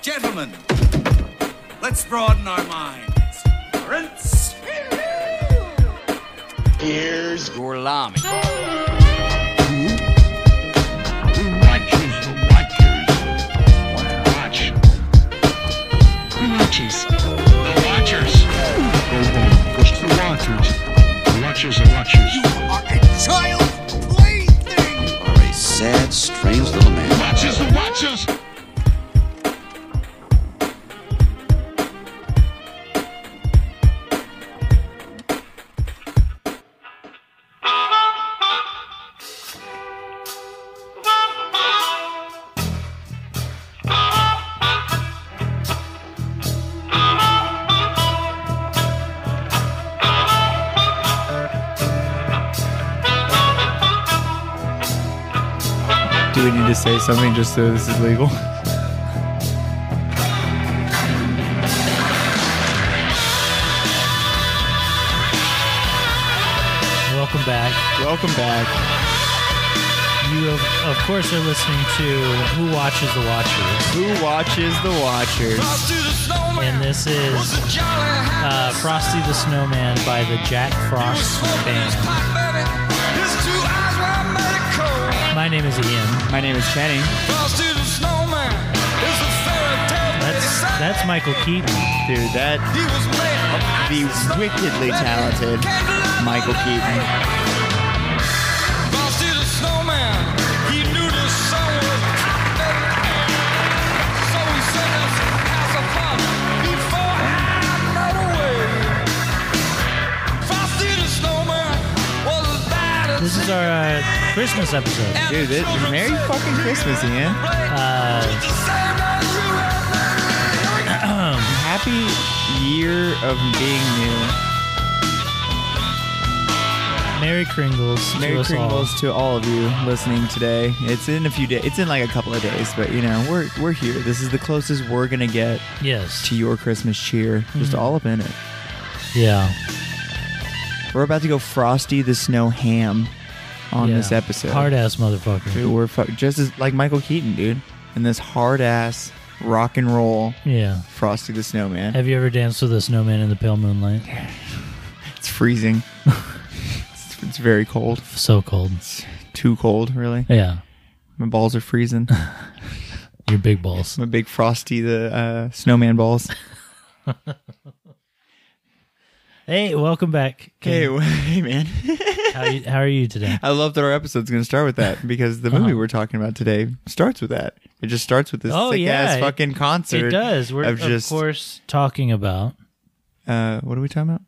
Gentlemen, let's broaden our minds. Lawrence, Here's Gorlami. watches the watchers. Watch. The watchers. The watchers. Go home. Push the watchers. The watchers are watchers. are a child plaything. Are a sad, strange little man. Watchers the watchers. Do we need to say something just so this is legal? Welcome back. Welcome back. You, of, of course, are listening to Who Watches the Watchers, Who watches the Watchers? and this is uh, Frosty the Snowman by the Jack Frost Band. My name is Ian. My name is Channing. That's that's Michael Keaton. Dude, that the wickedly talented Michael Keaton. This is our uh, Christmas episode. Dude, this, Merry fucking Christmas, Ian. Uh, Happy year of being new. Merry Kringles to Merry us all. Kringles to all of you listening today. It's in a few days. It's in like a couple of days, but you know we're we're here. This is the closest we're gonna get Yes. to your Christmas cheer. Just all up in it. Yeah. We're about to go Frosty the Snow Ham on yeah. this episode. Hard ass motherfucker. Dude, we're fu- just as like Michael Keaton, dude, in this hard ass rock and roll Yeah. Frosty the Snowman. Have you ever danced with a snowman in the pale moonlight? It's freezing. it's, it's very cold. So cold. Too cold, really. Yeah. My balls are freezing. Your big balls. My big Frosty the uh, Snowman balls. Hey, welcome back. Hey, Can- hey, man. how, you, how are you today? I love that our episode's going to start with that because the movie we're talking about today starts with that. It just starts with this Uh-huh. Oh, sick yeah, ass it- fucking concert. It does. We're of of, just course talking about uh, what are we talking about?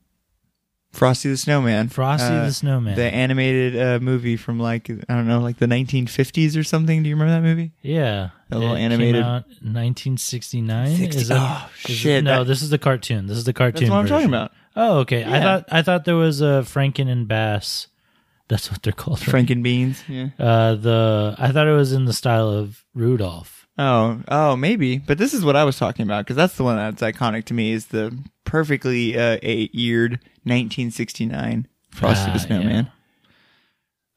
Frosty the Snowman. Frosty Uh, the Snowman. The animated uh, movie from like I don't know, like the 1950s or something. Do you remember that movie? yeah, The little It came animated- out 1969. Sixty- oh, is shit, no, that- this is the cartoon. This is the cartoon. That's what I'm talking version. about. Oh, okay. I Yeah. thought I thought there was a Franken and Bass. That's what they're called. right? Frank and Beans. Yeah. Uh, the I thought it was in the style of Rudolph. Oh, oh, maybe. But this is what I was talking about because that's the one that's iconic to me is the perfectly uh, eight-eared 1969 Frosty Ah, the Snowman.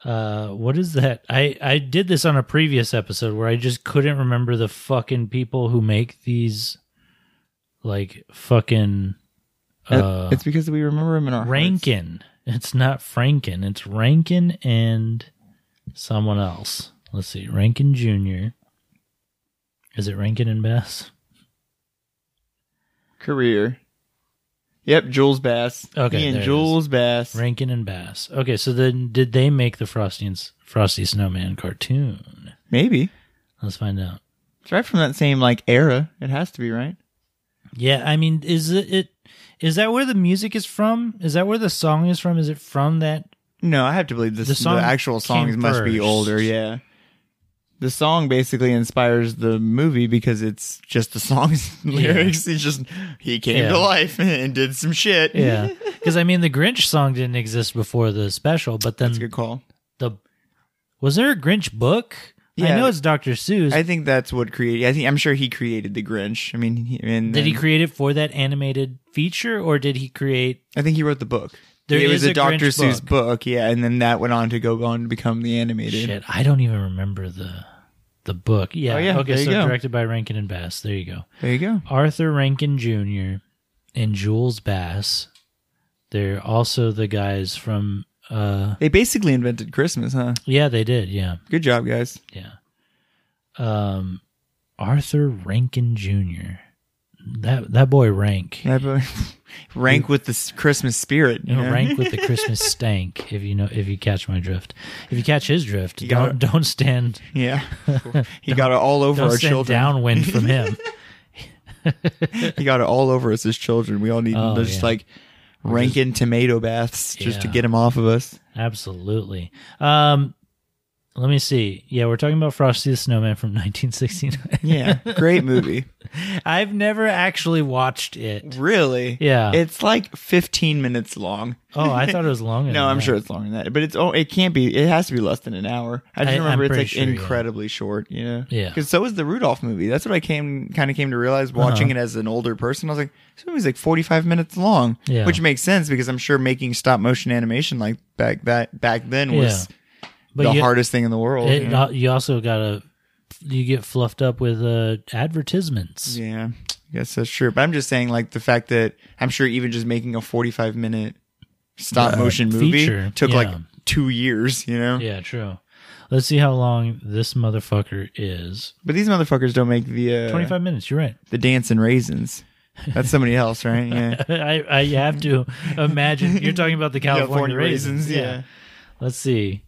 Uh, what is that? I I did this on a previous episode where I just couldn't remember the fucking people who make these, like fucking Uh, it's because we remember him in our hearts. Rankin. It's not Franken. It's Rankin and someone else. Let's see, Rankin Jr. Is it Rankin and Bass? career. Yep, Jules Bass. Okay, He there it and is. Jules Bass. Rankin and Bass. Okay, so then did they make the Frosty and, S- Frosty Snowman cartoon? Maybe Let's find out. it's right from that same like era. It has to be right. Yeah, I mean, is it, it is that where the music is from? Is that where the song is from? Is it from that? No, I have to believe this. The The, song actual songs came must be first. older. Yeah, the song basically inspires the movie because it's just the song's lyrics. It's just he came Yeah. to life and did some shit. Yeah. Because I mean, the Grinch song didn't exist before the special, but then That's a good call. the was there a Grinch book? I Yeah. know it's Dr. Seuss. I think that's what created. I think I'm sure he created the Grinch. I mean, he, and did he then- create it for that animated feature, or did he create? I think he wrote the book. There it was is a Dr. Grinch Seuss book. book. yeah, and then that went on to go on to become the animated. Shit, I don't even remember the the book. Yeah, Oh, yeah, okay, there so you go. directed by Rankin and Bass. There you go. There you go. Arthur Rankin Jr. and Jules Bass. They're also the guys from. uh They basically invented Christmas, huh? Yeah, they did. Yeah, Good job, guys. yeah. Um, Arthur Rankin Jr. That that boy Rank. That boy- Rank with the s- Christmas spirit. You You know, know? rank with the Christmas stank. If you know, if you catch my drift, if you catch his drift, You don't gotta- don't stand Yeah. He got it all over don't our stand children. downwind from him. He got it all over us as children. We all need Oh, just yeah. like ranking tomato baths just to Yeah. get him off of us. Absolutely. Um, let me see. Yeah, we're talking about Frosty the Snowman from 1969. Yeah. Great movie. I've never actually watched it. Really? Yeah. It's like 15 minutes long. Oh, I thought it was longer. No, than I'm that. sure it's longer than that. But it's oh, it can't be. It has to be less than an hour. I I- just I'm remember it's pretty like sure, yeah. incredibly short. You know, Yeah. Uh-huh. Because so is the Rudolph movie. That's what I came kind of came to realize watching it as an older person. I was like, this movie's like 45 minutes long, Yeah. which makes sense because I'm sure making stop motion animation like back that back then was But the you, hardest thing in the world. It, uh, you know? You also gotta you get fluffed up with uh, advertisements. yeah, I guess that's true. But I'm just saying, like the fact that I'm sure even just making a 45 minute stop motion movie feature, took like yeah. two years. You know, Yeah, true. Let's see how long this motherfucker is. but these motherfuckers don't make the uh, 25 minutes. You're right. the dancing raisins. That's somebody else, right? Yeah. I, I have to imagine you're talking about the California, California raisins. raisins, yeah. Let's see.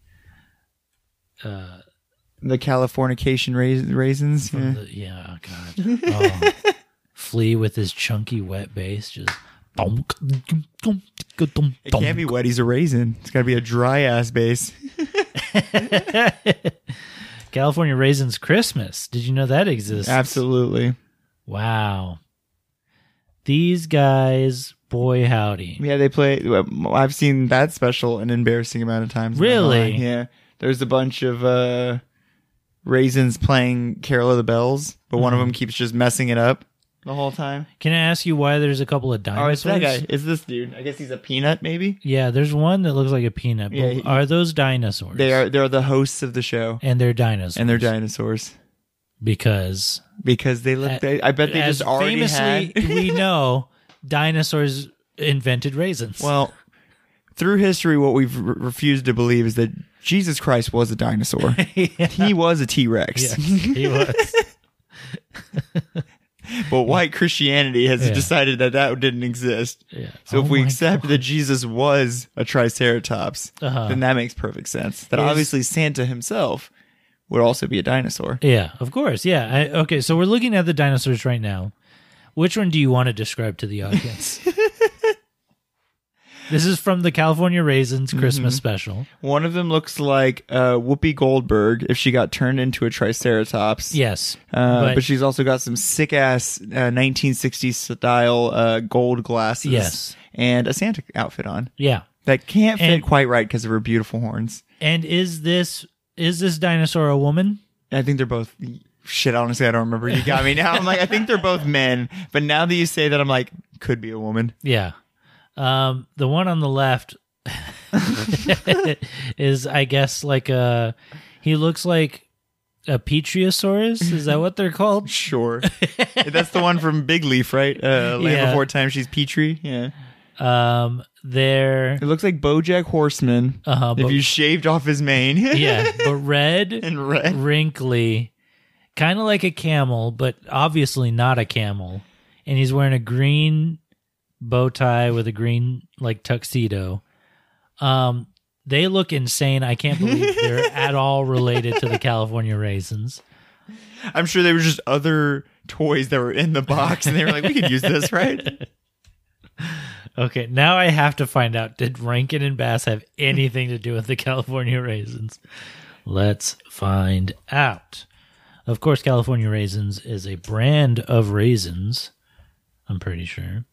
The Californication rais- raisins. Yeah. The- yeah, oh, God. Oh. Flea with his chunky wet bass just. It can't be wet. He's a raisin. It's got to be a dry ass base. California Raisins Christmas. Did you know that exists? Absolutely. Wow. These guys, boy howdy. Yeah, they play. I've seen that special an embarrassing amount of times. in my Really? life. Yeah. There's a bunch of uh, raisins playing Carol of the Bells, but one of Mm-hmm. them keeps just messing it up the whole time. Can I ask you why there's a couple of Oh, dinosaurs? it's that guy. Is this dude? I guess he's a peanut, maybe. Yeah, there's one that looks like a peanut. But Yeah, he- are those dinosaurs? They are. They're the hosts of the show, and they're dinosaurs. and they're dinosaurs. because because they a- look. They, I bet they as just already famously had. we know dinosaurs invented raisins. Well, through history, what we've re- refused to believe is that Jesus Christ was a dinosaur. He was a T yes, Rex, he was. but white Christianity has Yeah. decided that that didn't exist. Yeah. So Oh if we my accept that Jesus was a Triceratops, Uh-huh. then that makes perfect sense. That Is- obviously Santa himself would also be a dinosaur. Yeah, of course. Yeah. I, okay, so we're looking at the dinosaurs right now. Which one do you want to describe to the audience? this is from the California Raisins Christmas Mm-hmm. special. One of them looks like uh, Whoopi Goldberg if she got turned into a Triceratops. Yes. Uh, but- but, she's also got some sick ass uh, 1960s style uh, gold glasses. Yes. And a Santa outfit on yeah. that can't fit And- quite right because of her beautiful horns. And is this is this dinosaur a woman? I think they're both. Shit, honestly, I don't remember. You got me now. I'm like, I think they're both men. But now that you say that, I'm like, could be a woman. Yeah. Um, the one on the left is, I guess, like a. He looks like a Petriosaurus. Is that what they're called? Sure. That's the one from Big Leaf, right? Uh, Land Yeah. Before Time. She's Petrie. Yeah. Um, they're It looks like Bojack Horseman. Uh-huh, if but- you shaved off his mane. yeah, but red, and red. wrinkly, kind of like a camel, but obviously not a camel. And he's wearing a green bow tie with a green like tuxedo. Um, they look insane. I can't believe they're at all related to the California raisins. I'm sure they were just other toys that were in the box, and they were like, we could use this, right? Okay, now I have to find out did Rankin and Bass have anything to do with the California raisins? Let's find out. Of course, California Raisins is a brand of raisins, I'm pretty sure.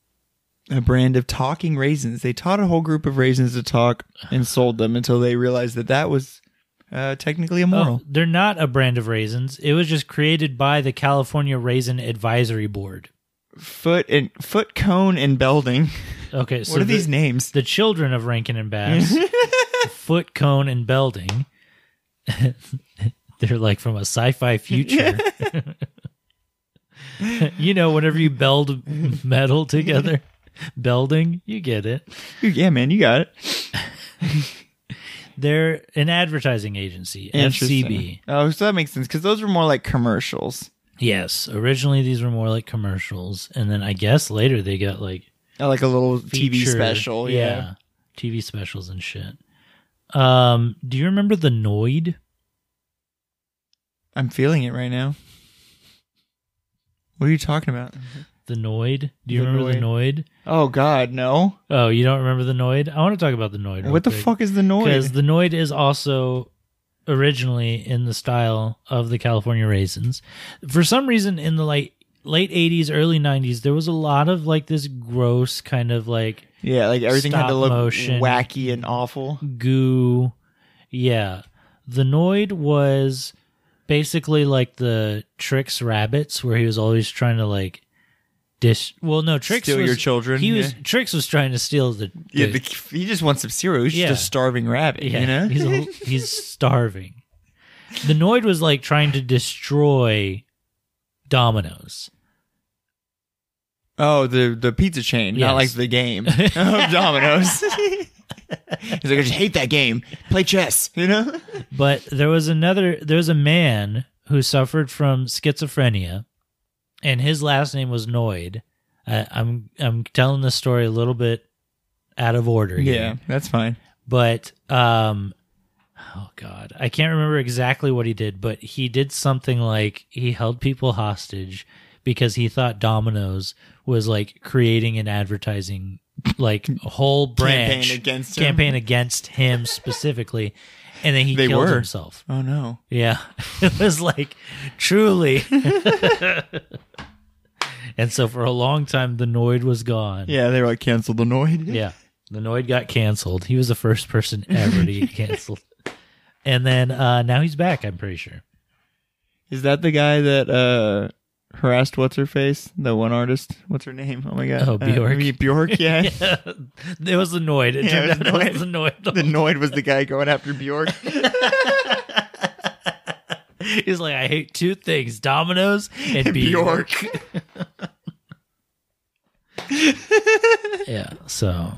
a brand of talking raisins. They taught a whole group of raisins to talk and sold them until they realized that that was uh, technically immoral. Oh, they're not a brand of raisins. It was just created by the California Raisin Advisory Board. Foot and Foot Cone and Belding. Okay, so what are the- these names? The children of Rankin and Bass, Foot Cone and Belding. they're like from a sci-fi future. you know, whenever you beld metal together, belding, you get it. yeah, man, you got it. They're an advertising agency, FCB. Interesting. Oh, so that makes sense because those were more like commercials. Yes, originally these were more like commercials, and then I guess later they got like Uh, like a little TV feature- special. Yeah. TV specials and shit. Um, do you remember the Noid? I'm feeling it right now. What are you talking about? The Noid? Do you The remember the Noid? Oh God, no! Oh, you don't remember the Noid? I want to talk about the Noid. what the fuck is the noise? Because the Noid is also originally in the style of the California raisins. For some reason, in the like late '80s, early '90s, there was a lot of like this gross kind of like yeah, like everything had to stop look motion. wacky and awful. goo. Yeah, the Noid was basically like the Tricks rabbits, where he was always trying to like. Dish well, no. Tricks Steal was- your children, He was yeah. Tricks was trying to steal the Yeah, the, he just wants some cereal. He's Yeah. just a starving rabbit. You know, he's a, he's starving. The Noid was like trying to destroy Domino's. Oh, the the pizza chain, Yes. not like the game of Domino's. He's like, I just hate that game. Play chess, you know. But there was another. There was a man who suffered from schizophrenia, and his last name was Noid. I, I'm I'm telling this story a little bit out of order. here. Yeah, that's fine. but um oh god i can't remember exactly what he did but he did something like he held people hostage because he thought domino's was like creating an advertising like whole branch Campaign against him. campaign against him specifically and then he They killed were. himself Oh no, yeah it was like truly and so for a long time the noid was gone yeah, they were like canceled the Noid. yeah. The Noid got canceled. He was the first person ever to get canceled. And then uh, now he's back, I'm pretty sure. Is that the guy that uh harassed what's her face, the one artist? What's her name? Oh my god, Oh, Uh, Bjork. maybe Bjork, yeah. it was the Noid. It Yeah, turned it was out it was the the Noid. The Noid was the guy going after Bjork. he's like, I hate two things Dominoes and Bjork. Yeah, so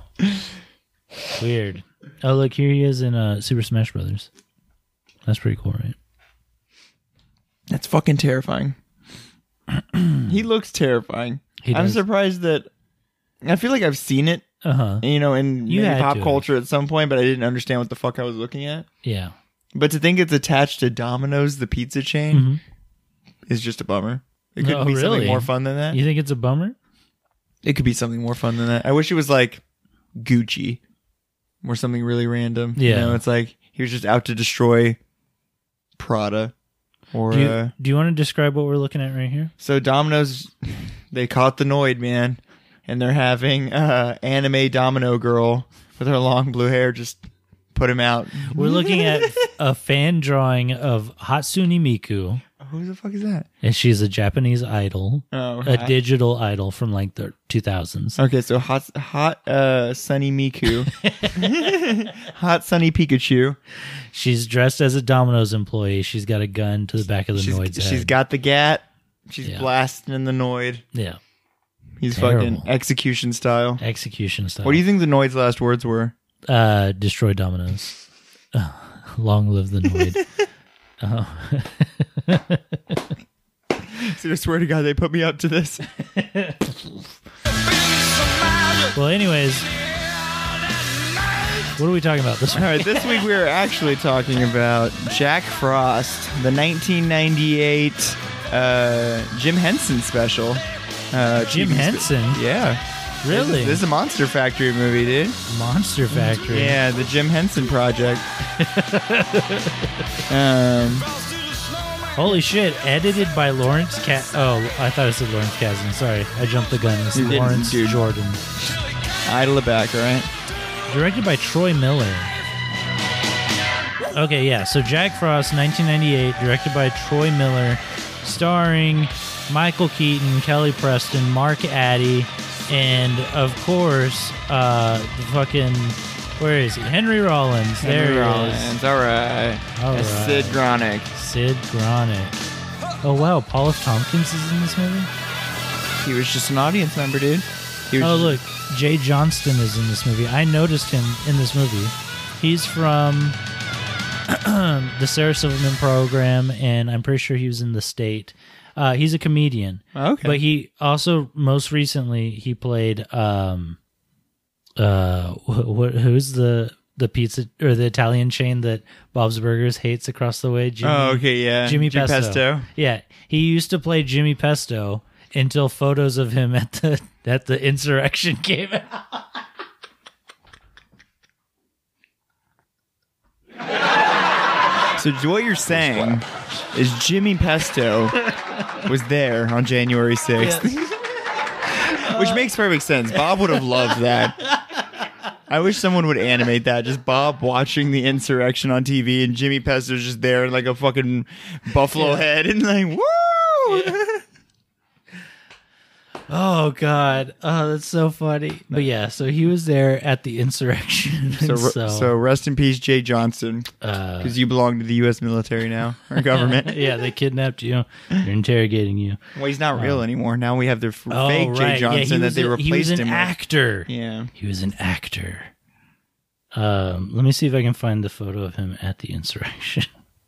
weird. Oh, look, here he is in uh, Super Smash Brothers. That's pretty cool, right? That's fucking terrifying. he looks terrifying. He I'm does. surprised that I feel like I've seen it, Uh huh. you know, in You maybe had pop to. culture at some point, but I didn't understand what the fuck I was looking at. Yeah. But to think it's attached to Domino's, the pizza chain, is just a bummer. It could Oh, be something Mm-hmm. really? more fun than that. You think it's a bummer? It could be something more fun than that. I wish it was like Gucci or something really random. Yeah. You know, it's like he was just out to destroy Prada or Do uh, you, do you want to describe what we're looking at right here? so Domino's they caught the Noid man and they're having uh anime domino girl with her long blue hair just put him out. We're looking at a fan drawing of Hatsune Miku, Who the fuck is that? and she's a Japanese idol, Oh, Uh, a I- digital idol from like the 2000s. Okay, so hot, hot, uh, sunny Miku, hot sunny Pikachu. She's dressed as a Domino's employee. She's got a gun to the back of the She's, Noid's she's head. got the Gat. She's Yeah. blasting in the Noid. yeah, He's Terrible. fucking execution style. execution style. What do you think the Noid's last words were? uh, destroy Domino's. Ugh, long live the Noid. Dude, I swear to God, they put me up to this. well, anyways, what are we talking about this All week? right, this week we are actually talking about Jack Frost, the 1998 uh, Jim Henson special. Uh, Jim TV spe- Henson, yeah. really? This is a Monster Factory movie, dude. Monster Factory. Yeah, the Jim Henson Project. Um, Holy shit! Edited by Lawrence Cat. Oh, I thought it said Lawrence Kasdan. Sorry, I jumped the gun. It's You didn't, Lawrence dude. Jordan. idle it back, all right? Directed by Troy Miller. Okay, yeah. So Jack Frost, 1998, directed by Troy Miller, starring Michael Keaton, Kelly Preston, Mark Addy, and of course, uh, the fucking where is he? Henry Rollins. there he Rollins, all right. All That's right. Sid Gronick. is. Sid Gronick. Oh wow, Paul F. Tompkins is in this movie. He was just an audience member, dude. He was Oh just- look, Jay Johnston is in this movie. I noticed him in this movie. He's from the Sarah Silverman program, and I'm pretty sure he was in the state. Uh, he's a comedian, Oh, Okay. but he also most recently he played um, uh, wh- wh- who's the the pizza or the Italian chain that Bob's Burgers hates across the way? Jimmy, Oh, okay, yeah. Jimmy Jim Pesto. Pesto. Yeah, he used to play Jimmy Pesto until photos of him at the at the insurrection came out. So what you're saying is Jimmy Pesto was there on January 6th. Which makes perfect sense. Bob would have loved that. I wish someone would animate that. Just Bob watching the insurrection on TV and Jimmy Pesto's just there in like a fucking buffalo head and like, woo! Oh God! Oh, that's so funny. But yeah, so he was there at the insurrection. So, So, Uh, so. rest in peace, Jay Johnson, because you belong to the U.S. military now, our government. yeah, they kidnapped you. They're interrogating you. well, he's not real anymore. Now we have the f- Oh, fake right. Jay Yeah, he Johnson that was they a- replaced He was an him with. actor. Yeah. He was an actor. Um, let me see if I can find the photo of him at the insurrection.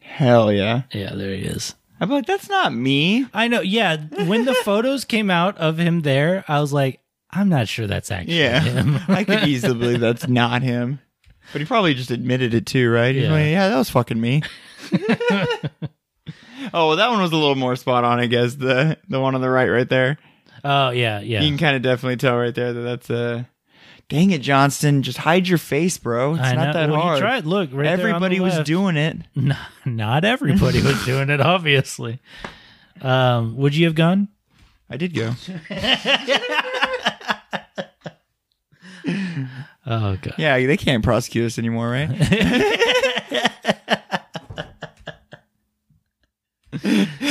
Hell yeah. yeah, there he is. I'm like, that's not me. I know. Yeah, when the photos came out of him there, I was like, I'm not sure that's actually him. Yeah. I could easily believe that's not him. But he probably just admitted it too, right? He's Yeah. like, yeah, that was fucking me. oh, well, that one was a little more spot on, I guess. The the one on the right, right there. Oh yeah, yeah. You can kind of definitely tell right there that that's Uh, dang it, Johnston. Just hide your face, bro. It's I not know. that well, he hard. tried. Look, right there on the Everybody was left. doing it. No, not everybody was doing it, obviously. Um, would you have gone? I did go. Oh god. Yeah, they can't prosecute us anymore, right?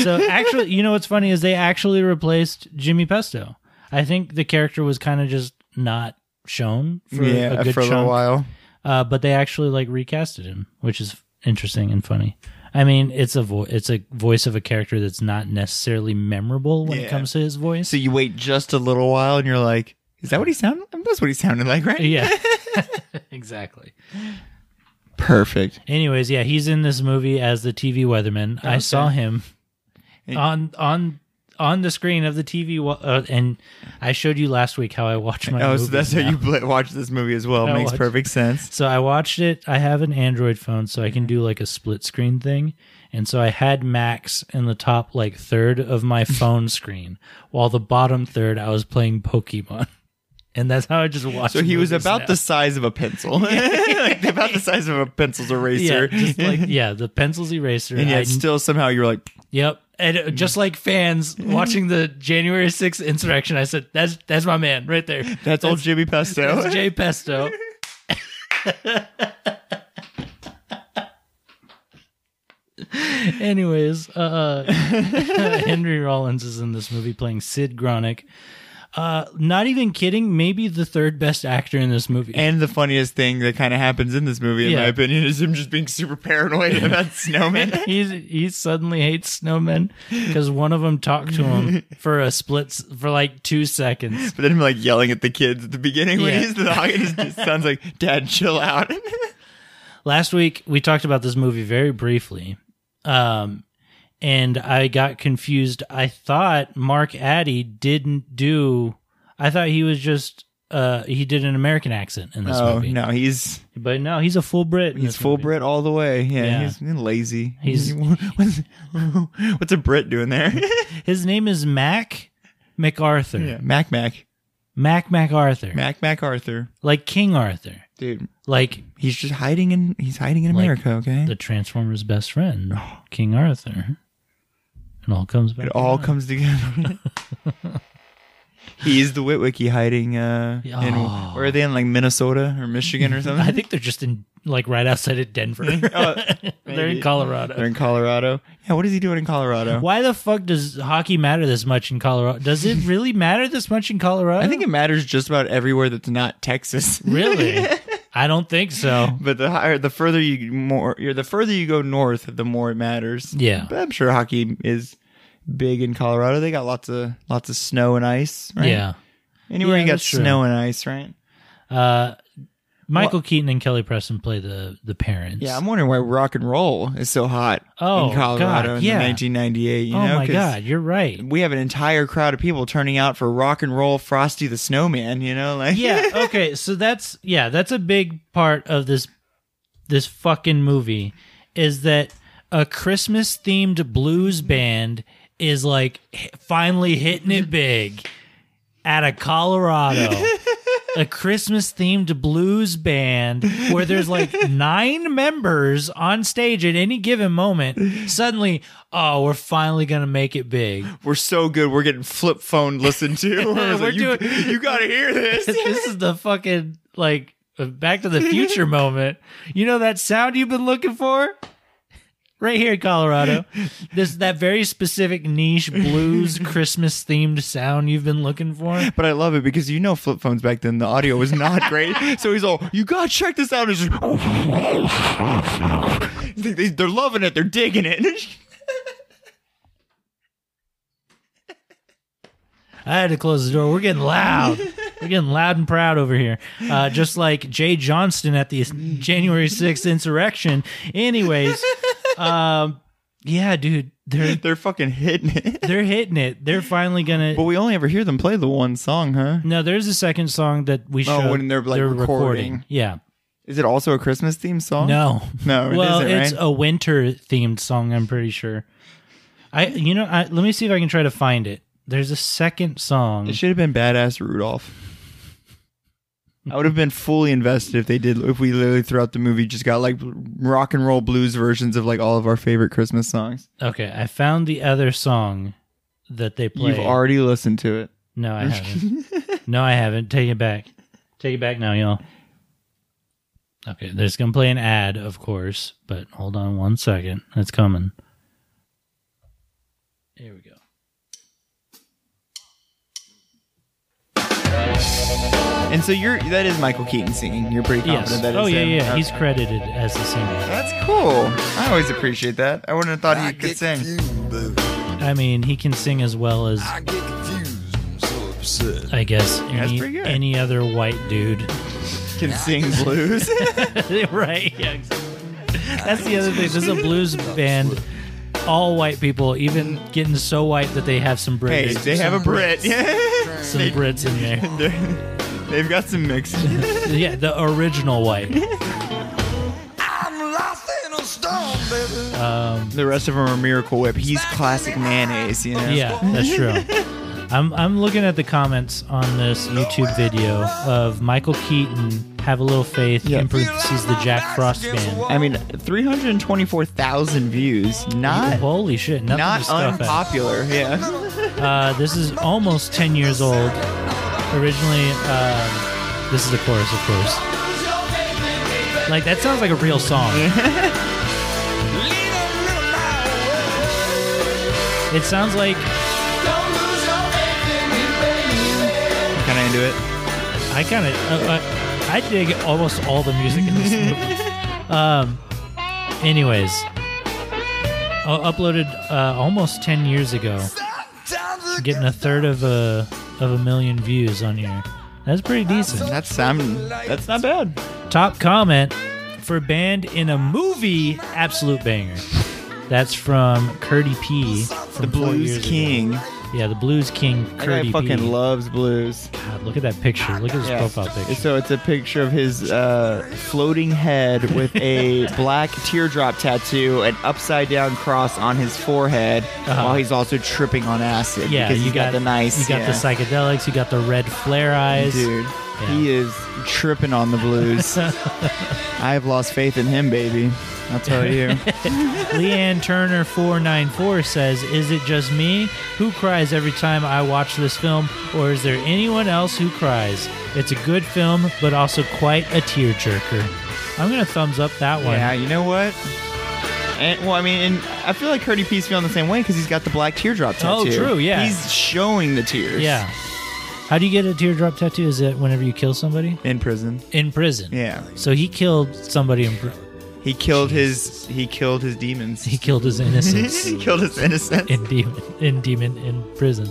So actually, you know what's funny is they actually replaced Jimmy Pesto. I think the character was kind of just not shown for yeah, a good for a little chunk. while. Uh, but they actually like recasted him, which is interesting and funny. I mean, it's a vo- it's a voice of a character that's not necessarily memorable when Yeah. it comes to his voice. So you wait just a little while and you're like, is that what he sounded That's what he sounded like, right? yeah. exactly. Perfect. Anyways, yeah, he's in this movie as the TV weatherman. I saw him on on on the screen of the TV, wa- uh, and I showed you last week how I watch my. Oh, so movies that's how now. you bl- watch this movie as well. I Makes watch- perfect sense. So I watched it. I have an Android phone, so I can do like a split screen thing. And so I had Max in the top like third of my phone screen, while the bottom third I was playing Pokemon, and that's how I just watched. So he was movies about now. the size of a pencil, like about the size of a pencil's yeah, eraser, just like yeah, the pencil's eraser. and I- yet still somehow you're like, Yep. And uh, Mm. just like fans watching the January 6th insurrection, I said, that's that's my man right there. that's old Jimmy Pesto. That's Jay Pesto. Anyways, uh, Henry Rollins is in this movie playing Sid Gronick. Uh, not even kidding, maybe the third best actor in this movie. and the funniest thing that kind of happens in this movie, in Yeah. my opinion, is him just being super paranoid about snowmen. He's, he suddenly hates snowmen because one of them talked to him for a split, s- for like two seconds. But then him like yelling at the kids at the beginning when Yeah. he's the dog, it just- just sounds like, "Dad, chill out." last week we talked about this movie very briefly um and i got confused i thought mark addy didn't do i thought he was just uh he did an american accent in this oh movie no, he's but no he's a full brit in He's this full movie. Brit all the way. Yeah, Yeah. he's lazy. He's- what's, what's a Brit doing there? his name is mac macarthur yeah, Mac Mac mac macarthur Mac Mac Arthur, like king arthur dude. Like He's just hiding in. He's hiding in Like America. Okay. Oh. the Transformers' best friend, King Arthur. It all comes back. it all around. comes together. He's the Witwicky hiding. Uh, in, Oh. where are they in like Minnesota or Michigan or I something? think they're just in like right outside of Denver. they're in Oh, maybe. Colorado. They're in Colorado. Yeah. What is he doing in Colorado? Why the fuck does hockey matter this much in Colorado? Does it really matter this much in Colorado? I think it matters just about everywhere that's not Texas. really. I don't think so. But the higher, the further you more, you're, the further you go north, the more it matters. Yeah. but I'm sure hockey is big in Colorado. They got lots of lots of snow and ice. Right? Yeah. anywhere Yeah, you got that's true. snow and ice, right? Uh, Michael Keaton and Kelly Preston play the the parents. Yeah, I'm wondering why rock and roll is so hot Oh, in Colorado God, in yeah. 1998. You oh know, my 'cause god, you're right. we have an entire crowd of people turning out for rock and roll, Frosty the Snowman. You know, like yeah okay so that's yeah that's a big part of this this fucking movie is that a christmas themed blues band is like h- finally hitting it big out of colorado a christmas themed blues band where there's like nine members on stage at any given moment suddenly oh we're finally gonna make it big we're so good. We're getting flip phone listened to. I was We're like, you, doing- you got to hear this. this is the fucking like uh, back to the future moment. You know that sound you've been looking for? Right here in Colorado. This that very specific niche blues Christmas themed sound you've been looking for. But I love it because you know flip phones back then the audio was not great. so he's all, "You gotta check this out." It's just- They- they- they're loving it. They're digging it. I had to close the door. We're getting loud. We're getting loud and proud over here. Uh, just like Jay Johnston at the January 6th insurrection. Anyways, um, yeah, dude, they're they're fucking hitting it. they're hitting it. They're finally gonna But we only ever hear them play the one song, huh? No, there's a second song that we Oh, showed. when they're, like, recording. Yeah. Is it also a Christmas theme song? No. No, it well, isn't, it's right? a winter themed song. I'm pretty sure. I, you know, I, let me see if I can try to find it. There's a second song. It should have been Badass Rudolph. I would have been fully invested if they did. If we literally throughout the movie just got like rock and roll blues versions of like all of our favorite Christmas songs. Okay, I found the other song that they play. You've already listened to it. No, I haven't. no, I haven't. Take it back. Take it back now, y'all. Okay, there's gonna play an ad, of course, but hold on one second. It's coming. Here we go. And so you're that is Michael Keaton singing. You're pretty confident Yes. that is Oh yeah, him. yeah. Okay. He's credited as the singer. that's cool. I always appreciate that. I wouldn't have thought I he get could sing. confused, boo. I mean, he can sing as well as Ah, I get confused. I'm so upset. I guess any pretty good. any other white dude. Can sing blues. right. Yeah, exactly. That's the other thing. This is a blues band. All white people, even getting so white that they have some hey, Brits, they have a Brit. Yeah. some Brits in there. They're- They've got some mix. yeah, the original white. I'm lost in a storm, baby. the rest of them are Miracle Whip. He's classic mayonnaise, you know. Yeah, that's true. I'm I'm looking at the comments on this YouTube video of Michael Keaton. Have a little faith. Yeah. In parentheses, the Jack Frost band. I mean, 324,000 views. Not Holy shit! Nothing not to scoff at. unpopular. Yeah. Uh, this is almost 10 years old. Originally, um, this is the chorus, of course. Like, that sounds like a real song. it sounds like, kind of into it. I kind of, uh, uh, I dig almost all the music in this movie. Um, anyways, uh, uploaded uh, almost 10 years ago. Getting a third of a, of a million views on here. That's pretty decent. That's I'm, that's not bad. Top comment for band in a movie, absolute banger. That's from Curdy P. From The four Blues years King. ago. Yeah, the Blues King That guy Curdy P. fucking loves blues. God, look at that picture. Look at his Yeah. profile picture. So it's a picture of his uh, floating head with a black teardrop tattoo, an upside down cross on his forehead, while he's also tripping on acid. Uh-huh. Yeah, because you he's got, the nice, you got yeah. the psychedelics, you got the red flare eyes, dude. He is tripping on the blues. I've lost faith in him, baby. I'll tell you. Leanne Turner four nine four says, "Is it just me who cries every time I watch this film, or is there anyone else who cries? It's a good film, but also quite a tearjerker." I'm gonna thumbs up that one. yeah, you know what? And, well, I mean, and I feel like Curdy P's feeling the same way because he's got the black teardrop Oh, tattoo. true, yeah. He's showing the tears. Yeah. How do you get a teardrop tattoo? Is it whenever you kill somebody In prison. in prison? Yeah. So he killed somebody in. Pr- He killed his. He killed his demons. he killed his innocence. he killed his innocence. in demon in demon in prison.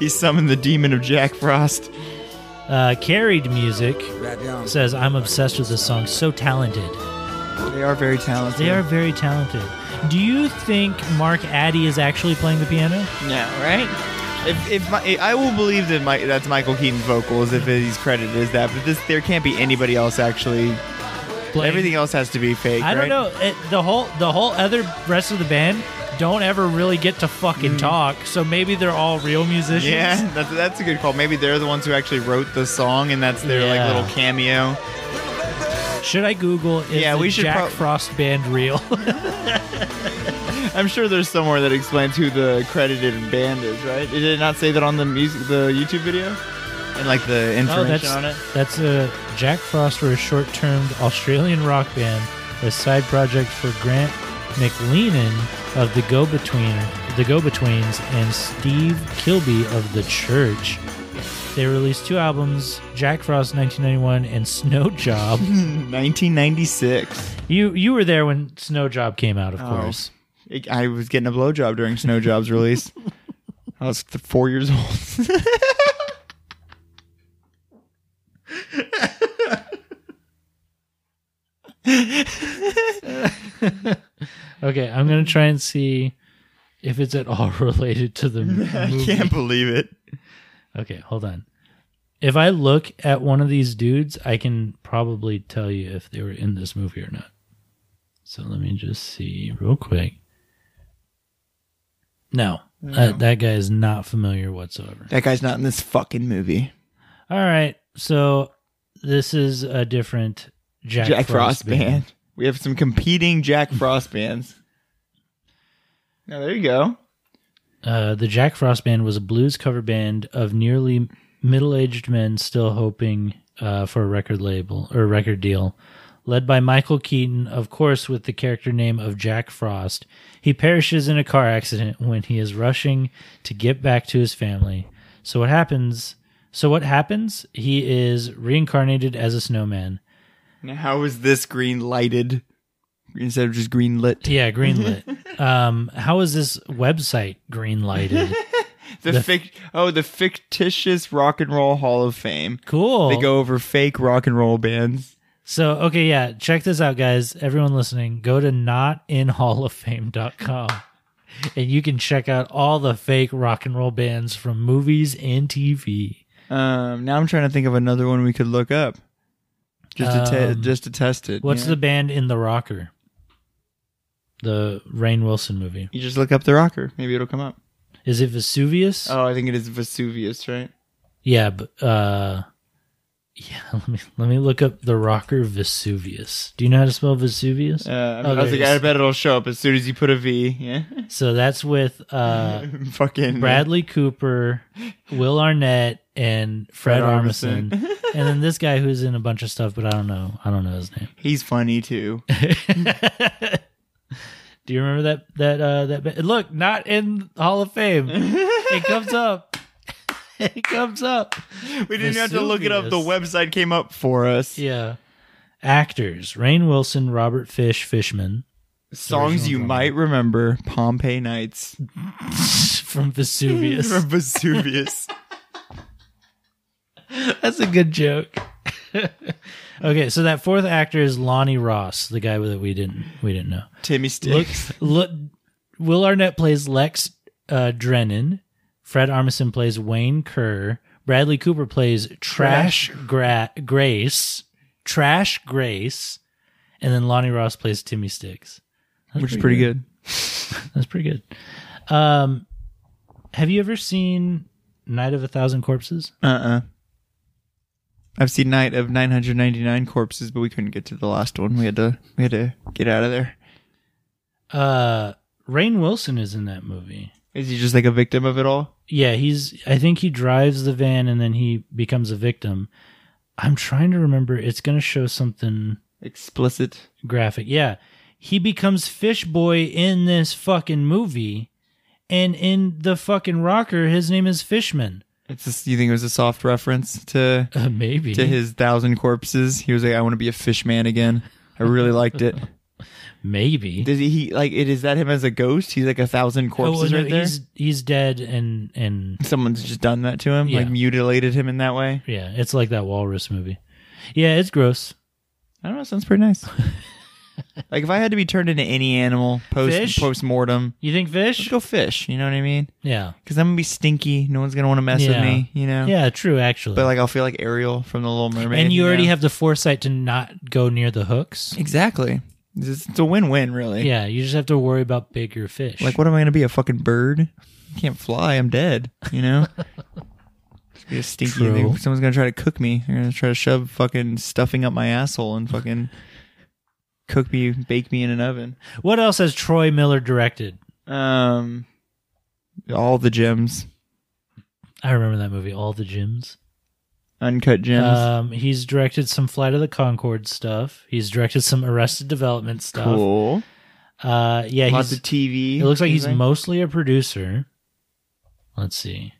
He summoned the demon of Jack Frost. Uh, carried music Right down. says I'm obsessed with this song. So talented. They are very talented. They are very talented. Do you think Mark Addy is actually playing the piano? Yeah, right? If, if my, I will believe that my, that's Michael Keaton vocals if he's credited as that, but this there can't be anybody else actually. Playing- Everything else has to be fake. I don't right? know. It, the whole the whole other rest of the band don't ever really get to fucking talk. So maybe they're all real musicians. Mm. Yeah, that's, that's a good call. Maybe they're the ones who actually wrote the song, and that's their Yeah. like little cameo. Should I Google? Is Yeah, the we should Jack prob- Frost band real? I'm sure there's somewhere that explains who the credited band is, right? Did it not say that on the music, the YouTube video, and like the information Oh, that's on it? that's a Jack Frost were a short-termed Australian rock band, a side project for Grant McLennan of the Go Between, the Go Betweens, and Steve Kilby of the Church. They released two albums, Jack Frost 1991 and Snow Job. 1996. you you were there when Snow Job came out, of Oh. course. It- I was getting a blowjob during Snow Job's release. I was th- four years old. Okay, I'm gonna try and see if it's at all related to the movie. Can't believe it. Okay, hold on. If I look at one of these dudes, I can probably tell you if they were in this movie or not. So let me just see real quick. No, That, that guy is not familiar whatsoever. That guy's not in this fucking movie. All right, so this is a different Jack, Jack Frost, Frost band. band. We have some competing Jack Frost bands. Now there you go. Uh, the Jack Frost Band was a blues cover band of nearly middle-aged men still hoping uh, for a record label or record deal, led by Michael Keaton, of course, with the character name of Jack Frost. He perishes in a car accident when he is rushing to get back to his family. So what happens? So what happens? He is reincarnated as a snowman. Now how is this green lighted instead of just green lit? Yeah, greenlit. um, how is this website greenlighted? The, fic- oh the fictitious rock and roll Hall of Fame. Cool. They go over fake rock and roll bands. So, okay, yeah, check this out, guys. Everyone listening, go to notinhalloffame.com and you can check out all the fake rock and roll bands from movies and TV. Um, now I'm trying to think of another one we could look up. Just to te- Um, just to test it. What's you know? the band in The Rocker? The Rain Wilson movie. You just look up the rocker. Maybe it'll come up. Is it Vesuvius? Oh, I think it is Vesuvius, right? Yeah, but, uh, yeah, let me let me look up the rocker Vesuvius. Do you know how to spell Vesuvius? Uh, I, Oh, mean, I was there like, it is. I bet it'll show up as soon as you put a V. Yeah, So that's with uh, fucking Bradley Cooper, Will Arnett, and Fred, Fred Armisen. Armisen. and then this guy who's in a bunch of stuff, but I don't know. I don't know his name. He's funny too. Do you remember that that uh that bit? look, not in Hall of Fame. it comes up. It comes up. We didn't have to look it up. The website came up for us. Yeah. Actors: Rain Wilson, Robert Fish, Fishman Songs you might remember: Pompeii Nights from Vesuvius. from Vesuvius. That's a good joke. okay, so that fourth actor is Lonnie Ross, the guy that we didn't we didn't know. Timmy Look, Sticks. look, Will Arnett plays Lex uh, Drennan. Fred Armisen plays Wayne Kerr. Bradley Cooper plays Trash Gra- Grace. Trash Grace. And then Lonnie Ross plays Timmy Sticks. which is pretty good. That's pretty good. Um, have you ever seen Night of a Thousand Corpses? Uh-uh. I've seen Night of 999 Corpses, but we couldn't get to the last one. We had to we had to get out of there. Uh, Rain Wilson is in that movie. Is he just like a victim of it all? Yeah, he's. I think he drives the van and then he becomes a victim. I'm trying to remember. It's going to show something Explicit. graphic. Yeah, he becomes Fish Boy in this fucking movie, and in the fucking rocker, his name is Fishman. It's just, you think it was a soft reference to Uh, maybe to his thousand corpses? He was like, I want to be a fish man again. I really liked it. maybe. Does he, he like it? Is that him as a ghost? He's like a thousand corpses Oh, no, right there. He's he's dead and and Someone's just done that to him, like Yeah. mutilated him in that way. yeah, it's like that walrus movie. Yeah, it's gross. I don't know. Sounds pretty nice. like if I had to be turned into any animal post Fish? post mortem, You think just fish? go fish. You know what I mean? Yeah. Because I'm gonna be stinky. No one's gonna want to mess Yeah. with me. You know. Yeah, true actually. But like I'll feel like Ariel from the Little Mermaid. and you already know? have the foresight to not go near the hooks. exactly. It's, just- it's a win-win, really. Yeah, you just have to worry about bigger fish. Like, what am I gonna be? A fucking bird? I can't fly. I'm dead. You know. Just be a stinky True. thing. Someone's gonna try to cook me. They're gonna try to shove fucking stuffing up my asshole and fucking cook me, bake me in an oven. What else has Troy Miller directed? Um, all the gems, I remember that movie, All the Gyms. uncut gems. Um, he's directed some Flight of the Concord stuff. He's directed some Arrested Development stuff. cool. Uh, yeah, Lots he's, of TV. it looks like he's Amazing. mostly a producer. Let's see.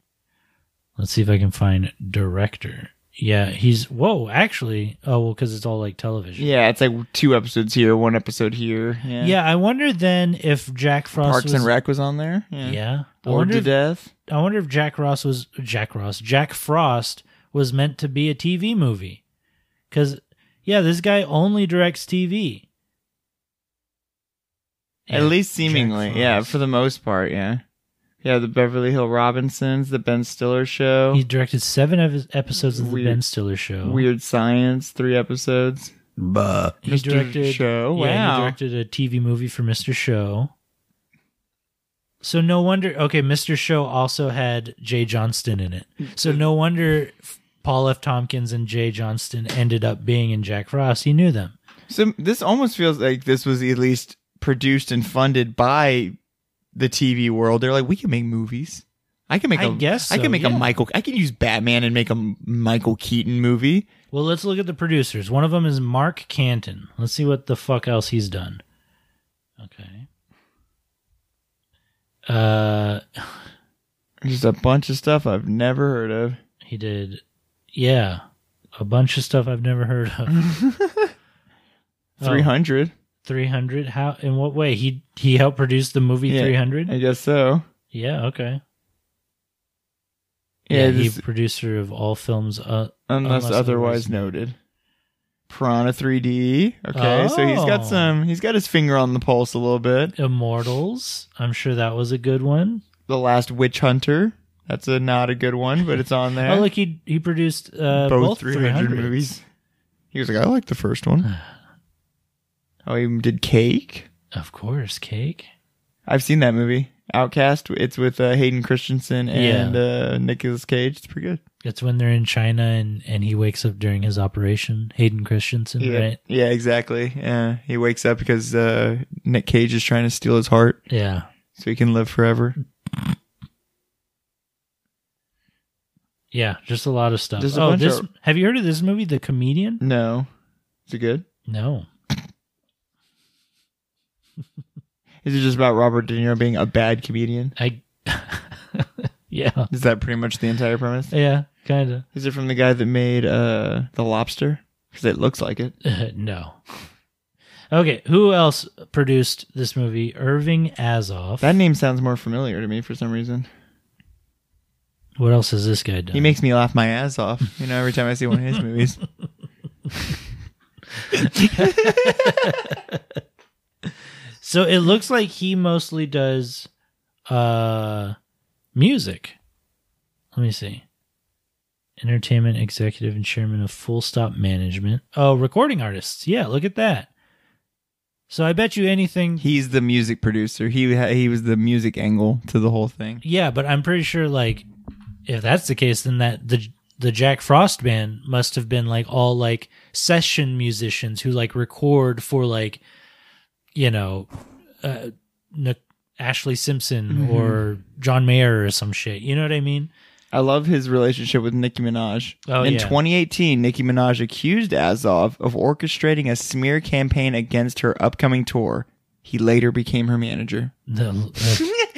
Let's see if I can find director. Yeah, he's whoa. Actually, oh well, because it's all like television. Yeah, it's like two episodes here, one episode here. Yeah. Yeah, I wonder then if Jack Frost Parks was, and Rec uh, was on there. Yeah, I Bored wonder to if death. I wonder if Jack Ross was Jack Ross. Jack Frost was meant to be a TV movie, because yeah, this guy only directs TV. At Yeah, least Jack seemingly. Yeah, Frost. for the most part, yeah. Yeah, the Beverly Hill Robinsons, the Ben Stiller show, he directed seven of his episodes of Weird- the Ben Stiller Show. Weird Science, three episodes. he Mr. directed Show, Yeah, wow. he directed a TV movie for Mr. Show. So no wonder. Okay, Mr. Show also had Jay Johnston in it. So no wonder f- Paul F. Tompkins and Jay Johnston ended up being in Jack Frost. He knew them. So this almost feels like this was at least produced and funded by the TV world. They're like, we can make movies. I can make I a guess I so, can make yeah. a Michael. I can use Batman and make a M- Michael Keaton movie. Well, let's look at the producers. One of them is Mark Canton. Let's see what the fuck else he's done. Okay. Uh, Just a bunch of stuff I've never heard of. he did, yeah, a bunch of stuff I've never heard of. Oh, Three hundred. Three hundred? How? In what way? He he helped produce the movie Yeah, Three Hundred. I guess so. yeah. Okay. Yeah, he just- producer of all films. Uh, Unless unless, otherwise otherwise noted. Piranha 3D. Okay, so he's Oh. got some. He's got his finger on the pulse a little bit. Immortals. I'm sure that was a good one. The Last Witch Hunter. That's a not a good one, but it's on there. Oh, look, he he produced uh, both, three hundred movies. He was like, I like the first one. oh, he even did Cake. Of course, Cake. I've seen that movie. Outcast. It's with uh, Hayden Christensen and uh, Nicolas Cage. It's pretty good. It's when they're in China and, and he wakes up during his operation. Hayden Christensen, Yeah, right? yeah, exactly. Yeah, he wakes up because uh, Nick Cage is trying to steal his heart. Yeah. so he can live forever. Yeah, just a lot of stuff. There's a Oh, bunch this of- have you heard of this movie, The Comedian? No, is it good? No. Is it just about Robert De Niro being a bad comedian? I Yeah. Is that pretty much the entire premise? Yeah, kinda. Is it from the guy that made uh the Lobster? Because it looks like it. no. Okay, who else produced this movie? Irving Azoff. That name sounds more familiar to me for some reason. what else has this guy He done? makes me laugh my ass off. You know, every time I see one of his movies. so it looks like he mostly does uh music. Let me see. Entertainment executive and chairman of Full Stop Management. Oh, recording artists. Yeah, look at that. So I bet you anything. He's the music producer. He ha- he was the music angle to the whole thing. Yeah, but I'm pretty sure like if that's the case, then that the the Jack Frost band must have been like all like session musicians who like record for like you know uh, N- Ashley Simpson or John Mayer or some shit. You know what I mean? I love his relationship with Nicki Minaj. Oh, In yeah. 2018, Nicki Minaj accused Azov of orchestrating a smear campaign against her upcoming tour. He later became her manager. The,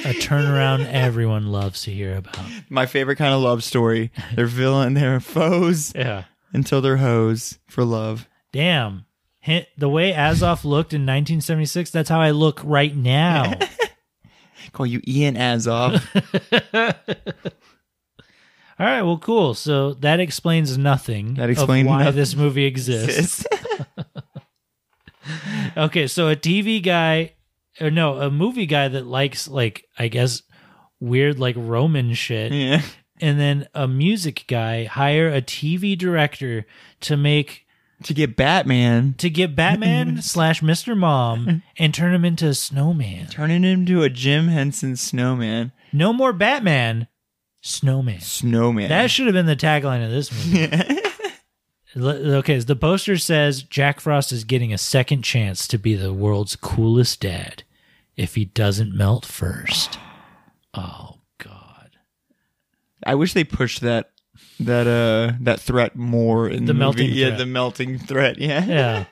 a, a turnaround everyone loves to hear about. My favorite kind of love story. They're villain, they're foes Yeah. until they're hoes for love. Damn. Hint, the way Azov looked in 1976, that's how I look right now. Call you Ian Azov. All right, well, cool. So that explains nothing. That explains of why nothing. this movie exists. okay, so a TV guy, or no, a movie guy that likes like I guess weird like Roman shit, yeah. and then a music guy hire a TV director to make To get Batman, to get Batman slash Mister Mom and turn him into a snowman. turning him into a Jim Henson snowman. No more Batman, snowman. Snowman. That should have been the tagline of this movie. L- okay, the poster says Jack Frost is getting a second chance to be the world's coolest dad if he doesn't melt first. Oh God, I wish they pushed that that uh that threat more in The the, movie. melting Yeah, threat. the melting threat. Yeah. yeah.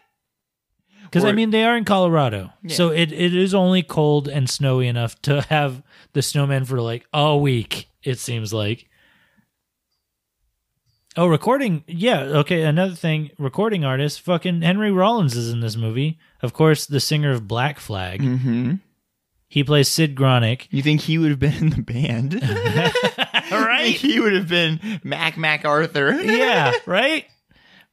Because I Or- mean, they are in Colorado, so it, it is only cold and snowy enough to have the snowman for like a week. It seems like. Oh, recording. Yeah. Okay. Another thing, recording artist. Fucking Henry Rollins is in this movie. Of course, the singer of Black Flag. Mm-hmm. He plays Sid Gronick. You think he would have been in the band? right? He would have been Mac Mac Arthur. yeah, right?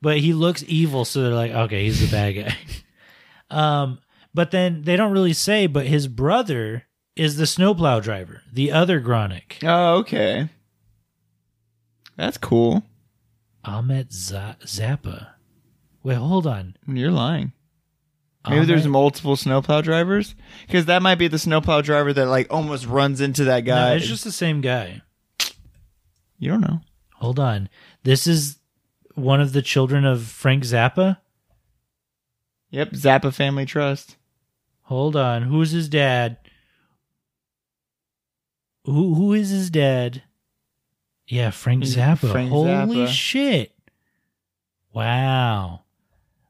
But he looks evil, so they're like, okay, he's the bad guy. um, but then they don't really say, but his brother is the snowplow driver, the other Gronick, Oh, okay. That's cool. Ahmet Z- Zappa. Wait, hold on. You're lying. Maybe there's Ahmet- multiple snowplow drivers because that might be the snowplow driver that like almost runs into that guy. No, it's just the same guy. you don't know. Hold on. This is one of the children of Frank Zappa. Yep, Zappa Family Trust. Hold on. Who's his dad? Who who is his dad? Yeah, Frank Yeah, Zappa. Frank Holy Zappa. shit. Wow.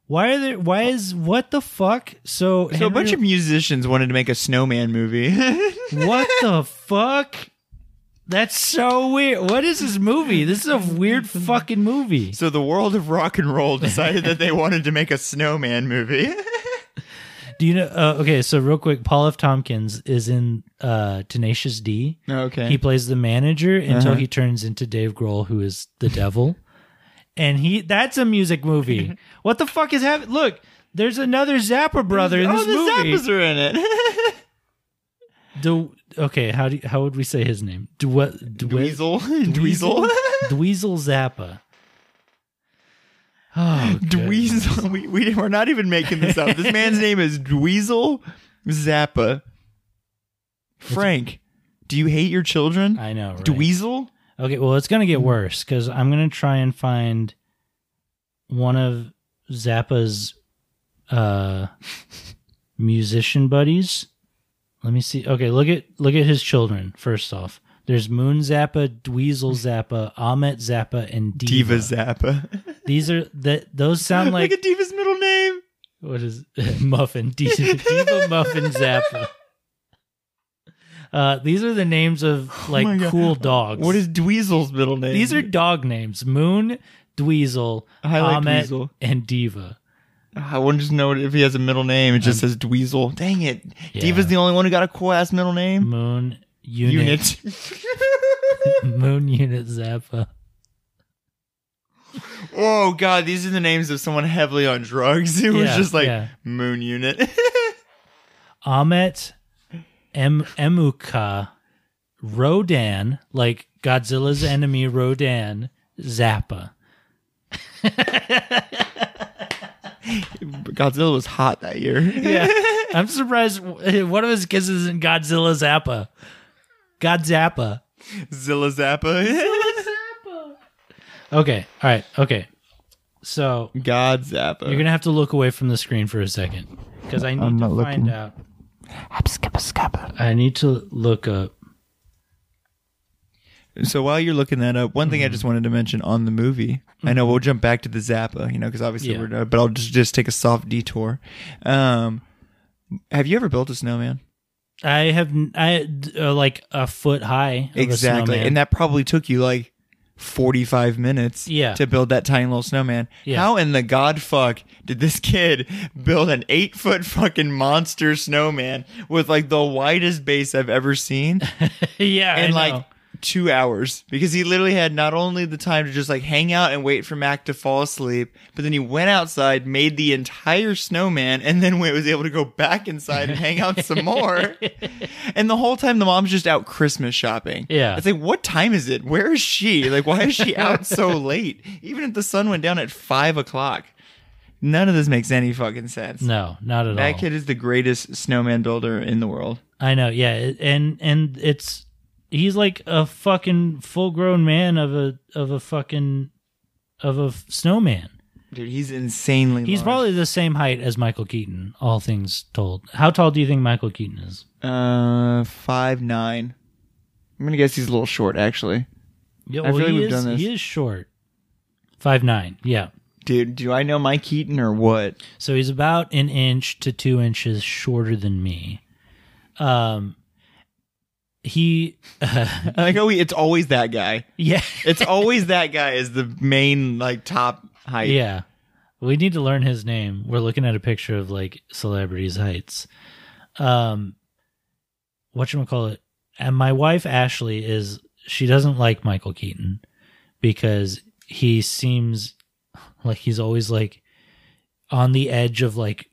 Why are there why is what the fuck? So, So a bunch of musicians wanted to make a snowman movie. What the fuck? That's so weird. What is this movie? This is a weird fucking movie. so the world of rock and roll decided that they wanted to make a snowman movie. Do you know uh, okay, so real quick, Paul F. Tompkins is in uh Tenacious D. okay. He plays the manager until Uh-huh. he turns into Dave Grohl, who is the devil. And he that's a music movie. what the fuck is happening? Look, there's another Zappa brother in this oh, the movie. Zappas are in it. Du- okay, how do you, how would we say his name? Du- what, Dweezil. Dweezil. Dweezil Zappa. Oh, good. Dweezil. We, we, we're not even making this up. This man's name is Dweezil Zappa. Frank, do you hate your children? I know. Right? Dweezil? Okay, well, it's going to get Mm-hmm. worse because I'm going to try and find one of Zappa's uh, musician buddies. Let me see. Okay, look at look at his children. First off, there's Moon Zappa, Dweezil Zappa, Ahmet Zappa, and Diva. Diva Zappa. These are that those sound Like, like a diva's middle name. what is Muffin Diva, Diva Muffin Zappa. Uh, these are the names of like Oh my God. cool dogs. What is Dweezil's middle name? These are dog names: Moon, Dweezil, I like Ahmet, Dweezil. and Diva. I wouldn't just know if he has a middle name. It just says Dweezil. Dang it. Um, Yeah. Diva's the only one who got a cool ass middle name. Moon unit, Unit. Moon unit Zappa. oh, God. These are the names of someone heavily on drugs. It was Yeah, just like yeah. Moon Unit. Ahmet, em, Emuka, Rodan, like Godzilla's enemy Rodan, Zappa. Godzilla was hot that year. Yeah, I'm surprised w- one of his kids isn't Godzilla Zappa. God Zappa. Zilla Zappa. Okay. All right. Okay. So God Zappa. you're gonna have to look away from the screen for a second because I need I'm to not find looking. out. I need to look up. So while you're looking that up, one thing I Mm-hmm. just wanted to mention on the movie. I know we'll jump back to the Zappa, you know, because obviously Yeah. we're done, but I'll just just take a soft detour. Um, have you ever built a snowman? I have n- I uh, like a foot high. Of exactly, and that that probably took you like forty-five minutes, Yeah. to build that tiny little snowman. Yeah. How in the god fuck did this kid build an eight-foot fucking monster snowman with like the widest base I've ever seen? yeah, in I like know. two hours because he literally had not only the time to just like hang out and wait for Mac to fall asleep, but then he went outside, made the entire snowman, and then was able to go back inside and hang out some more. And the whole time, the mom's just out Christmas shopping. Yeah. It's like, what time is it? Where is she? Like, why is she out so late? Even if the sun went down at five o'clock. None of this makes any fucking sense. no, not at That all. kid is the greatest snowman builder in the world. I know. Yeah, it- and and it's he's like a fucking full grown man of a of a fucking of a f- snowman. Dude, he's insanely He's large. probably the same height as Michael Keaton. All things told, how tall do you think Michael Keaton is? Uh, five nine. I'm gonna guess he's a little short, actually. Yeah, I feel like he we've is, done this. He is short, five nine. Yeah, Dude, do I know Mike Keaton or what? so he's about an inch to two inches shorter than me. Um, he, I like, oh, it's always that guy. yeah, It's always that guy is the main like top height. yeah. We need to learn his name. We're looking at a picture of like celebrities' heights. Um, what call it? And my wife Ashley is she doesn't like Michael Keaton because he seems like he's always like on the edge of like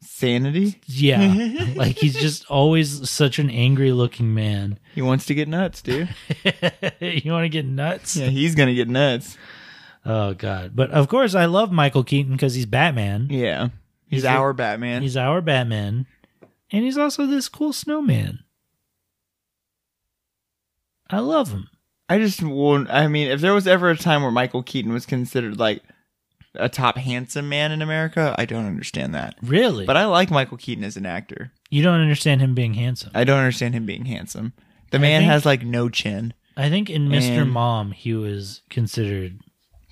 Sanity. Yeah. like he's just always such an angry looking man. He wants to get nuts, dude. you want to get nuts? yeah, he's gonna get nuts. Oh god. But of course I love Michael Keaton cuz he's Batman. Yeah, he's, He's a- our Batman. He's our Batman. And he's also this cool snowman. I love him. I just won't. I mean, if there was ever a time where Michael Keaton was considered like a top handsome man in America, I don't understand that. Really? But I like Michael Keaton as an actor. you don't understand him being handsome. I don't understand him being handsome. The man think- has like no chin. I think in Mr. And- Mom he was considered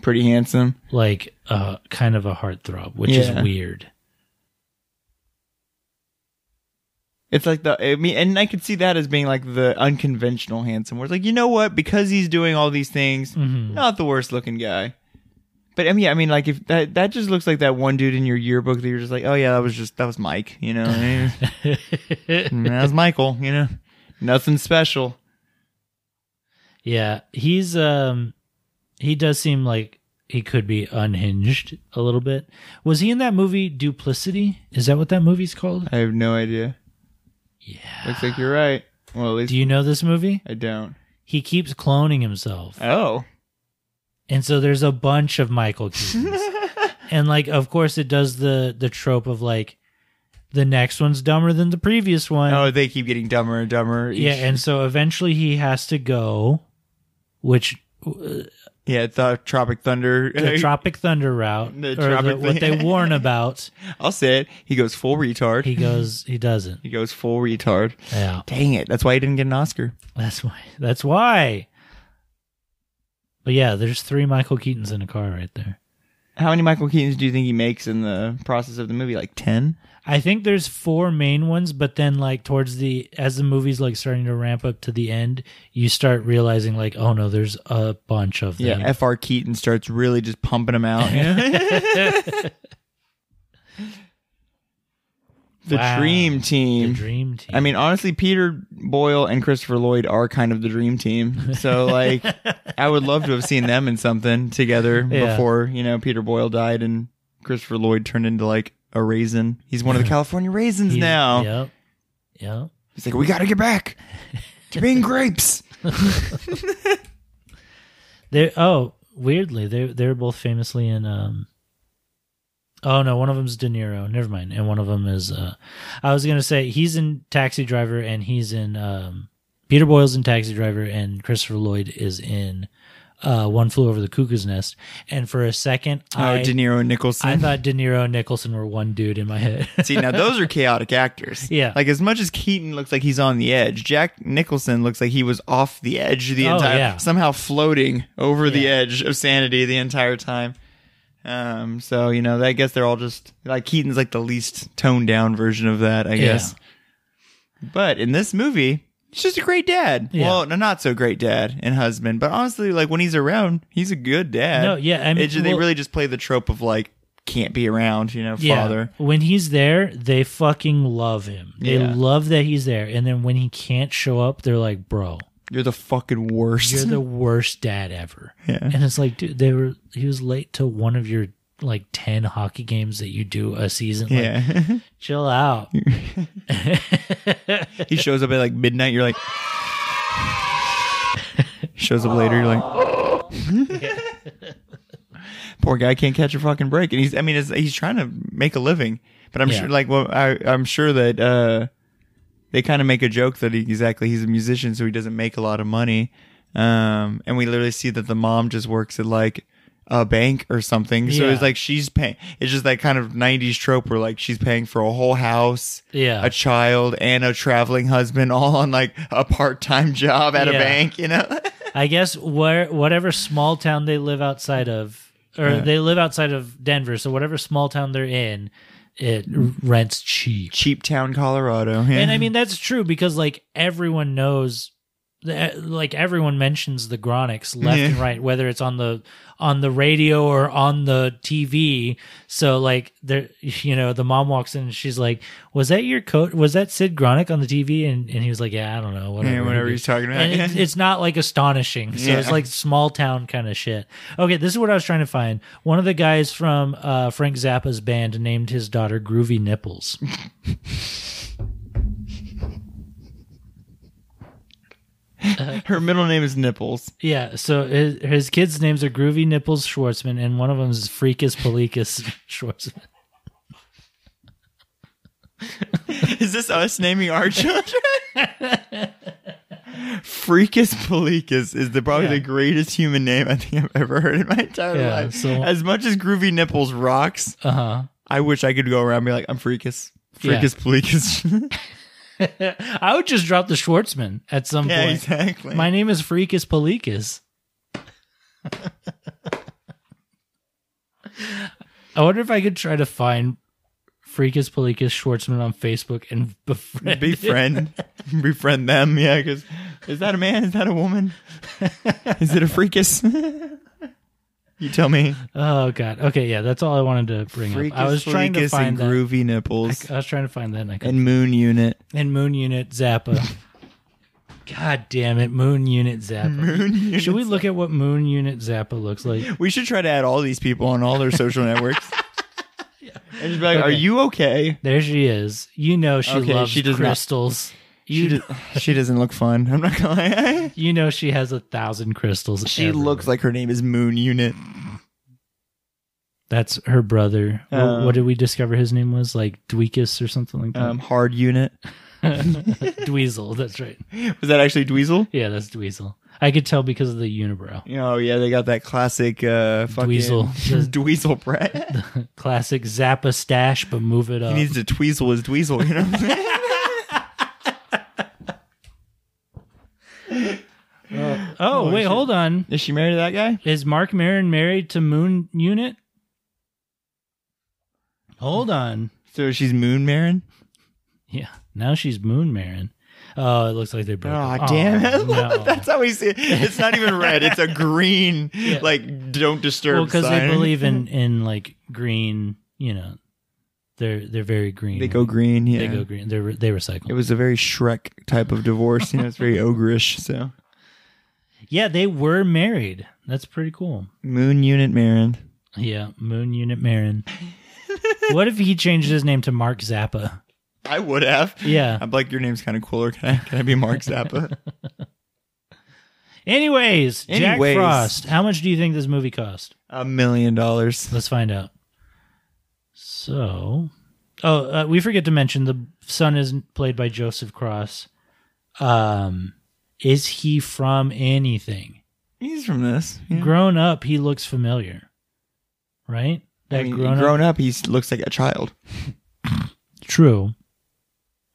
Pretty handsome. like a kind of a heartthrob, which Yeah. is weird. It's like the I mean, and I could see that as being like the unconventional handsome. Where it's like, you know what? Because he's doing all these things, Mm-hmm. not the worst looking guy. But I mean, I mean, like if that that just looks like that one dude in your yearbook that you're just like, oh yeah, that was just that was Mike, you know, And Mm, that was Michael, you know, nothing special. Yeah, he's um he does seem like he could be unhinged a little bit. Was he in that movie Duplicity? Is that what that movie's called? I have no idea. Yeah, looks like you're right. Well, at least Do you know this movie? I don't. He keeps cloning himself. Oh, And so there's a bunch of Michael Keatons. and like of course it does the the trope of like the next one's dumber than the previous one. oh, they keep getting dumber and dumber. each- yeah, and so eventually he has to go which uh, Yeah, the Tropic Thunder. the Tropic Thunder route The or Tropic the, what they Thunder. warn about, I'll say it. He goes full retard. he He, goes he doesn't. goes full retard. Yeah. Dang it. That's why he didn't get an Oscar. That's why. That's why. But yeah, there's three Michael Keatons in a car right there. How many Michael Keatons do you think he makes in the process of the movie? Like 10? I think there's four main ones, but then like towards the as the movie's like starting to ramp up to the end, you start realizing like, oh no, there's a bunch of them. Yeah. F.R. Keaton starts really just pumping him out. you know? the Wow. dream the team. dream team. I mean, honestly, Peter Boyle and Christopher Lloyd are kind of the dream team. So, like, I would love to have seen them in something together Yeah. before, you know, Peter Boyle died and Christopher Lloyd turned into like a raisin. He's one of the California raisins He's- now. Yep. Yep. He's like, we got to get back to being grapes. They oh, weirdly, they they're both famously in um Oh no, one of them's De Niro. Never mind. And one of them is uh I was going to say he's in Taxi Driver and he's in um Peter Boyle's in Taxi Driver and Christopher Lloyd is in uh, One Flew Over the Cuckoo's Nest, and for a second, Oh, I De Niro and Nicholson. I thought De Niro and Nicholson were one dude in my head. See, now those are chaotic actors. Yeah. Like as much as Keaton looks like he's on the edge, Jack Nicholson looks like he was off the edge the Oh, entire yeah. somehow floating over the Yeah. edge of sanity the entire time. Um, so you know, I guess they're all just like Keaton's like the least toned down version of that, I guess. But in this movie, he's just a great dad. Yeah. Well, no, not so great dad and husband, but honestly, like when he's around, he's a good dad. No, yeah, I mean, It ju- they well- really just play the trope of like can't be around, you know, father. When he's there, they fucking love him. They Yeah. love that he's there. And then when he can't show up, they're like, bro, You're the fucking worst. you're the worst dad ever. Yeah. And it's like, dude, they were he was late to one of your like ten hockey games that you do a season. Like, yeah. chill out. he shows up at like midnight. You're like, shows up later. You're like, poor guy can't catch a fucking break. And he's, I mean, it's, he's trying to make a living, but I'm Yeah. sure, like, well, I, I'm sure that, uh, they kind of make a joke that he, exactly he's a musician, so he doesn't make a lot of money. Um, and we literally see that the mom just works at like a bank or something. So Yeah. it's like she's paying. It's just that kind of '90s trope where like she's paying for a whole house, Yeah. a child, and a traveling husband, all on like a part-time job at a Yeah. bank. You know, I guess where whatever small town they live outside of, or they live outside of Denver, so whatever small town they're in, it Mm. rents cheap. cheap town, Colorado. Yeah. And I mean that's true because like everyone knows th- like everyone mentions the Gronics left Yeah. and right whether it's on the on the radio or on the TV. So like there you know the mom walks in and she's like was that your coat was that Sid Gronick on the TV and and he was like yeah I don't know whatever. Yeah, whatever he's talking about. And it- it's not like astonishing. So it's Yeah. like small town kind of shit. Okay, this is what I was trying to find. One of the guys from uh, Frank Zappa's band named his daughter Groovy Nipples. Her middle name is Nipples. Yeah, so his, his kids' names are Groovy Nipples Schwartzman, and one of them is Freakus Polikas Schwartzman. Is this us naming our children? Freakus Polikas is the probably Yeah. the greatest human name I think I've ever heard in my entire Yeah, life. so- as much as Groovy Nipples rocks, Uh huh. I wish I could go around and be like, I'm Freakus. Yeah. Freakus Polikas. I would just drop the Schwartzman at some yeah, point. exactly. My name is Freakus Polikas. I wonder if I could try to find Freakus Polikas Schwartzman on Facebook and befriend. befriend befriend them yeah because is that a man is that a woman is it a freakus you tell me Oh god. Okay, yeah, that's all I wanted to bring up. I was trying to freakus, find and that. groovy nipples I was trying to find that, and I couldn't. and moon unit and Moon Unit Zappa. God damn it, Moon Unit Zappa. moon unit Should we look at what Moon Unit Zappa looks like? we should try to add all these people on all their social networks and just be like are you okay There she is. You know she Okay, loves she does not- crystals. You d- she doesn't look fun i'm not gonna lie you know she has a thousand crystals. she everywhere. looks like her name is moon unit that's her brother. Wh- Um, what did we discover his name was? Like Dweekus or something like that. um hard unit Dweezil. That's right. was that actually dweezil Yeah, that's Dweezil. I could tell because of the unibrow. Oh yeah, they got that classic uh fucking Dweezil. Dweezil Brett. Classic Zappa stash, but move it up. He needs to tweezle his dweezil, you know? oh, wait, shit. hold on. Is she married to that guy? Is Mark Marin married to Moon Unit? Hold on. So she's Moon Marin? Yeah, now she's Moon Marin. Oh, it looks like they broke. Oh, up. damn Oh, it. no. That's how we see it. It's not even red, it's a green like don't disturb well, because they sign. believe in in like green. You know, they're they're very green. They go green, yeah. They go green. They are they recycle. It was a very Shrek type of divorce, you know, it's very ogreish, so yeah, they were married. That's pretty cool. Moon Unit Marin. Yeah, Moon Unit Marin. what if he changed his name to Mark Zappa? I would have. Yeah. I'm like, your name's kind of cooler. Can I, can I be Mark Zappa? Anyways, Jack Anyways. Frost. How much do you think this movie cost? a million dollars. Let's find out. So, oh, uh, we forget to mention the son is played by Joseph Cross. Um, is he from anything? He's from this. Yeah. Grown up, he looks familiar, right? That I mean, grown, up, he looks like a child. true.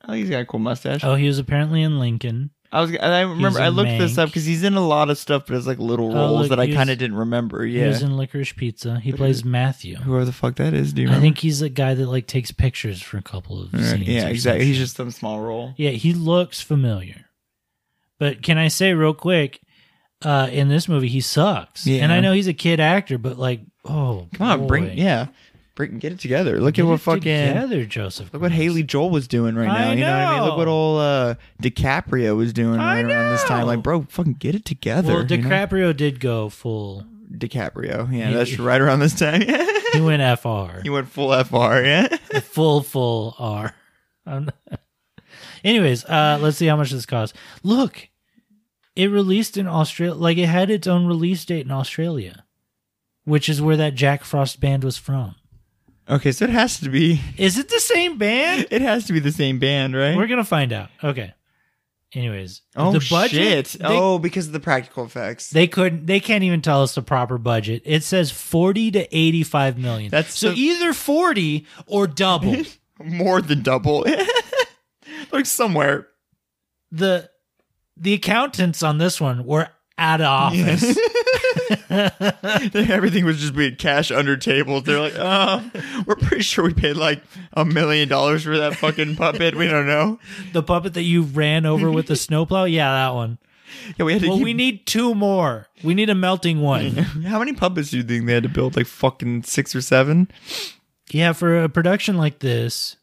Oh, he's got a cool mustache. Oh, he was apparently in Lincoln. I was, and I remember a I looked this up mank. because he's in a lot of stuff, but it's like little Oh, roles look, that I he's- kind of didn't remember. He Yeah, was in Licorice Pizza. He But plays it- Matthew. whoever the fuck that is, do you I remember? think he's the guy that like takes pictures for a couple of All right, scenes. yeah, or exactly. He's something. just some small role. yeah. He looks familiar, but can I say real quick? Uh, in this movie, he sucks, Yeah. and I know he's a kid actor, but like, oh, Come on, boy. bring yeah, bring get it together. Look Get at it what fucking together, Joseph. look what Gordon. Haley Joel was doing right I now. You know. what I mean? Look what know. old uh, DiCaprio was doing I right around this time. know. Like, bro, fucking get it together. Well, you know? DiCaprio did go full. DiCaprio. Yeah, He- that's right around this time. He went FR. he went full FR. Yeah. full full R. I'm not- Anyways, uh, let's see how much this costs. Look, it released in Australia. Like it had its own release date in Australia, which is where that Jack Frost band was from. Okay, so it has to be Is it the same band? it has to be the same band, right? We're gonna find out. Okay. Anyways, oh the budget. shit! They, oh, because of the practical effects. They couldn't. They can't even tell us the proper budget. It says forty to eighty-five million. That's so the- either forty or double. More than double. like somewhere. the the accountants on this one were out of office. Everything was just being cash under tables. They're like, oh, we're pretty sure we paid like a million dollars for that fucking puppet. We don't know. the puppet that you ran over with the snowplow, yeah, that one. Yeah, we had to. Well, keep- we need two more. We need a melting one. How many puppets do you think they had to build? Like fucking six or seven. yeah, for a production like this,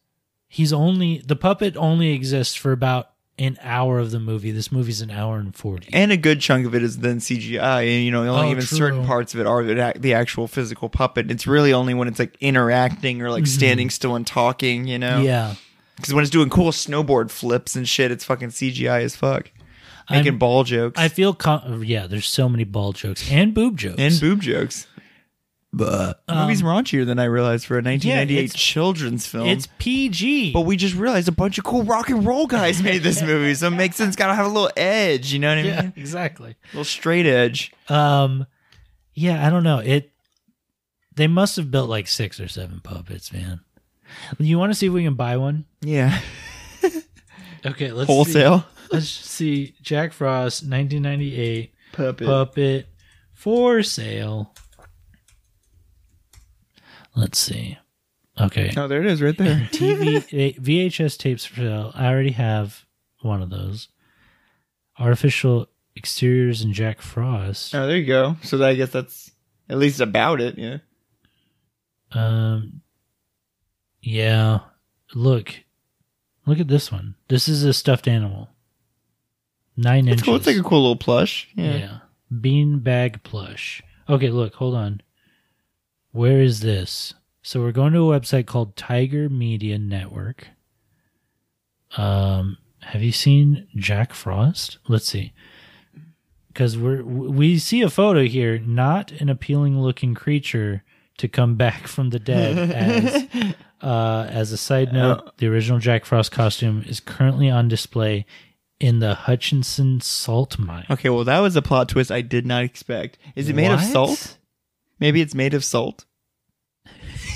he's only the puppet only exists for about an hour of the movie. This movie's an hour and forty. and a good chunk of it is then CGI, and you know, only Oh, even true. certain parts of it are the, ac- the actual physical puppet. It's really only when it's like interacting or like standing still and talking, you know. Mm-hmm. yeah, Because when it's doing cool snowboard flips and shit, it's fucking CGI as fuck, I'm- making ball jokes I feel con- yeah. There's so many ball jokes and boob jokes and boob jokes. But the movie's raunchier than I realized for a 1998 Um, it's- children's film. It's PG. but we just realized a bunch of cool rock and roll guys made this movie, so it makes sense. Got to have a little edge, you know what I mean? yeah, exactly. little straight edge. Um, yeah, I don't know. It they must have built like six or seven puppets, man. You want to see if we can buy one? Yeah, Okay, let's wholesale See, let's see Jack Frost, nineteen ninety eight puppet. puppet for sale. Let's see. Okay, eh, Oh, there it is, right there. TV VHS tapes for sale. I already have one of those. Artificial exteriors and Jack Frost. Oh, there you go. So that- I guess that's at least about it. Yeah. Um, yeah. Look, look at this one. This is a stuffed animal. Nine It's inches. cool. It's like a cool little plush. yeah. Yeah. Bean bag plush. Okay, look. Hold on. Where is this? So we're going to a website called Tiger Media Network. Um, have you seen Jack Frost? Let's see. Because we're we see a photo here, not an appealing looking creature to come back from the dead as Uh, as a side note, the original Jack Frost costume is currently on display in the Hutchinson salt mine. Okay, well, that was a plot twist I did not expect. Is it made of What? salt? Maybe it's made of salt.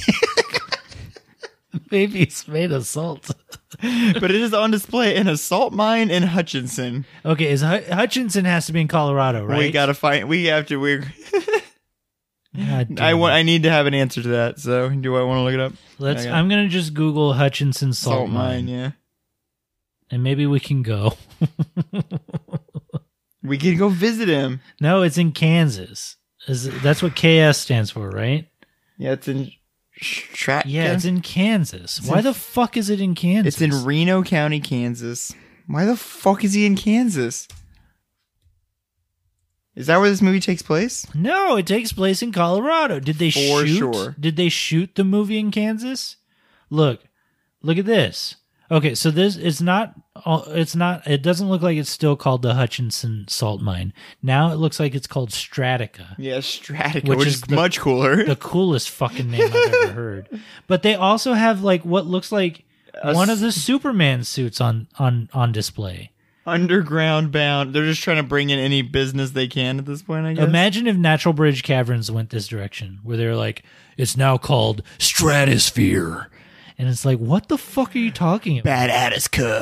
Maybe it's made of salt. but it is on display in a salt mine in Hutchinson. Okay, is Hu- Hutchinson has to be in Colorado, right? We gotta find. We have to. We. God damn I want. it. I need to have an answer to that. So, do I want to look it up? Let's. I got- I'm gonna just Google Hutchinson salt, mine, Yeah. and maybe we can go. We can go visit him. no, it's in Kansas. Is that's what KS stands for, right? Yeah, it's in. Stratton. Yeah, it's in Kansas. Why in- the fuck is it in Kansas? It's in Reno County, Kansas. Why the fuck is he in Kansas? Is that where this movie takes place? No, it takes place in Colorado. Did they For shoot? sure. Did they shoot the movie in Kansas? Look, look at this. Okay, so this it's not. uh, It's not. It doesn't look like it's still called the Hutchinson Salt Mine. Now it looks like it's called Stratica. Yeah, Stratica, Which which, is is the- much cooler. The coolest fucking name I've ever heard. But they also have like what looks like A one of s- the Superman suits on on on display. underground bound. They're just trying to bring in any business they can at this point. I guess. Imagine if Natural Bridge Caverns went this direction, where they're like, it's now called Stratosphere. And it's like, what the fuck are you talking about? Bad Attica.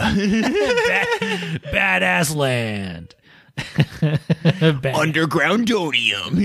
Badass land. Bad- underground odium.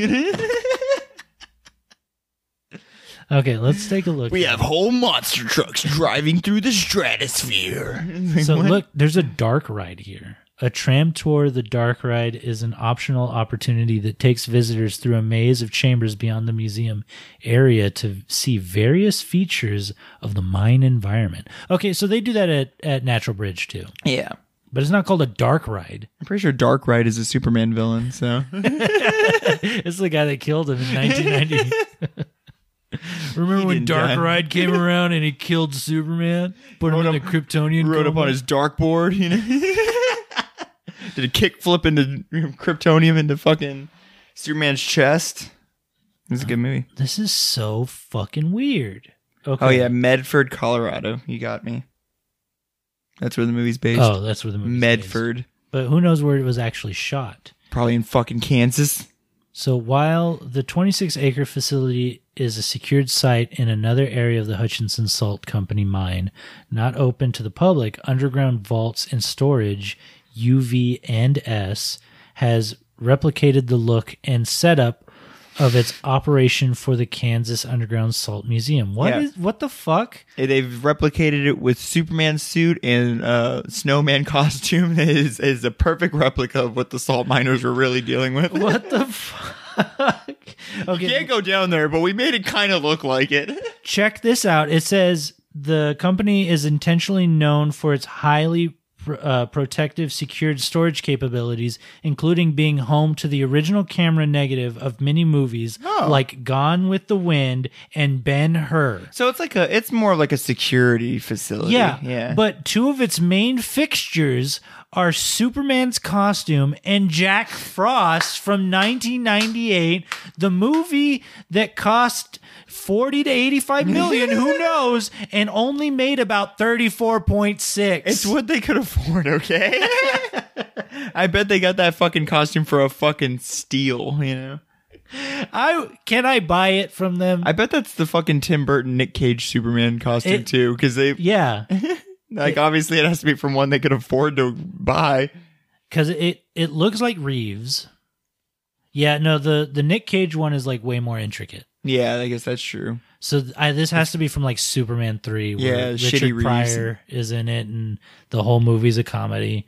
okay, let's take a look. we have whole monster trucks driving through the stratosphere. so look, there's a dark ride here. A tram tour, the dark ride is an optional opportunity that takes visitors through a maze of chambers beyond the museum area to see various features of the mine environment. Okay, so they do that at, at Natural Bridge too, yeah. but it's not called a dark ride. I'm pretty sure Dark Ride is a Superman villain, so It's the guy that killed him in 1990. Remember when didn't Dark die. Ride came around and he killed Superman? Put him Wrote in the up- Kryptonian. wrote up coma? on his dartboard, you know. Did a kickflip into Kryptonium into fucking Superman's chest. It's a good movie. This is so fucking weird. Okay. Oh yeah, Medford, Colorado. You got me. That's where the movie's based. Oh, that's where the movie Medford, But who knows where it was actually shot? probably in fucking Kansas. So while the 26 acre facility is a secured site in another area of the Hutchinson Salt Company mine, not open to the public, underground vaults and storage, UV and S, has replicated the look and setup of its operation for the Kansas Underground Salt Museum. What is Yeah. what the fuck? They've replicated it with Superman suit and uh, snowman costume. That is is a perfect replica of what the salt miners were really dealing with. What the fuck? You Okay, can't go down there, but we made it kind of look like it. check this out. It says the company is intentionally known for its highly pr- uh, protective secured storage capabilities, including being home to the original camera negative of many movies like Gone with the Wind and Ben Hur. So it's like a, it's more like a security facility. Yeah, yeah. But two of its main fixtures are Superman's costume and Jack Frost from 1998, the movie that cost 40 to 85 million, who knows, and only made about 34.6. It's what they could afford, okay? I bet they got that fucking costume for a fucking steal, you know? I can I buy it from them? I bet that's the fucking Tim Burton Nick Cage Superman costume It- too, because they yeah. like obviously it has to be from one they could afford to buy. because it it looks like Reeves. Yeah, no the the Nick Cage one is like way more intricate. Yeah, I guess that's true. So th- I, this has to be from like Superman three, where Yeah, Richard Shitty Reeves. Pryor is in it, and the whole movie's a comedy.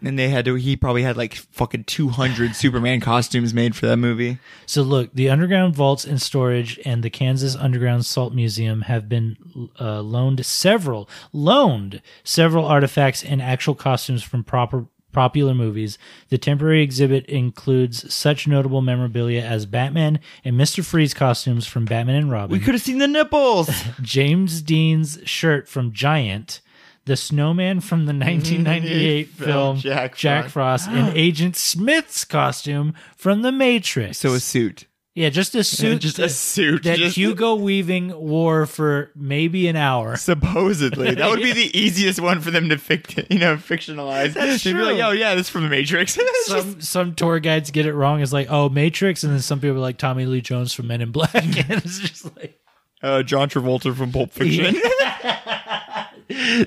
And they had to. He probably had like fucking two hundred Superman costumes made for that movie. So look, the underground vaults and storage and the Kansas Underground Salt Museum have been uh, loaned several loaned several artifacts and actual costumes from proper popular movies. The temporary exhibit includes such notable memorabilia as Batman and Mister Freeze costumes from Batman and Robin. We could have seen the nipples. James Dean's shirt from Giant, the snowman from the 1998 film Jack Frost, and Agent Smith's costume from The Matrix. so a suit, yeah, just a suit, just a that- suit that just- Hugo Weaving wore for maybe an hour. Supposedly, that would be the easiest one for them to fict- you know fictionalize. That's They'd be like, true. oh yeah, this is from the Matrix. It's just- Some some tour guides get it wrong. It's like oh Matrix, and then some people are like Tommy Lee Jones from Men in Black, and it's just like. uh, John Travolta from Pulp Fiction.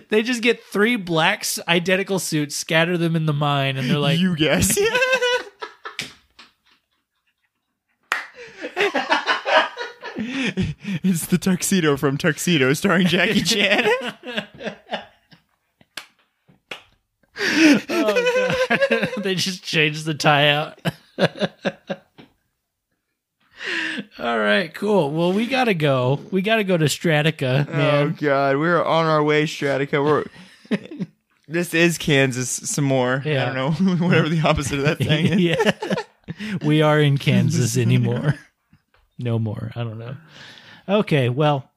They just get three blacks identical suits, scatter them in the mine, and they're like, you guess. it's the tuxedo from Tuxedo, starring Jackie Chan. they just changed the tie out. All right, cool. Well, we gotta go. We gotta go to Stratica, oh man. God, we're on our way, Stratica. We're this is Kansas some more. Yeah. I don't know, whatever the opposite of that thing is. yeah, we are in Kansas anymore. No more. I don't know. Okay, well,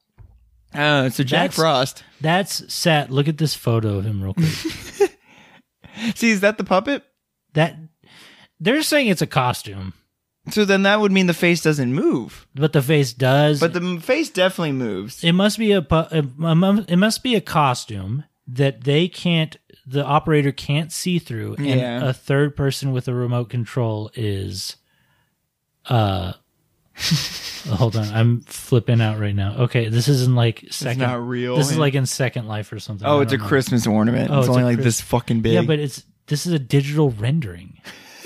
Uh, Oh, so Jack That's- Frost. that's set. Look at this photo of him real quick. See, is that the puppet? That they're saying it's a costume, So then that would mean the face doesn't move, but the face does. but the m- face definitely moves. it must be a pu- a- a mu- it must be a costume that they can't the operator can't see through, and Yeah. a third person with a remote control is. Uh, hold on, I'm flipping out right now. Okay, this isn't like second. not real, This is yeah. like in Second Life or something. Oh, I it's a don't know. Christmas ornament. Oh, it's, it's only a like Chris- this fucking big. Yeah, but it's this is a digital rendering.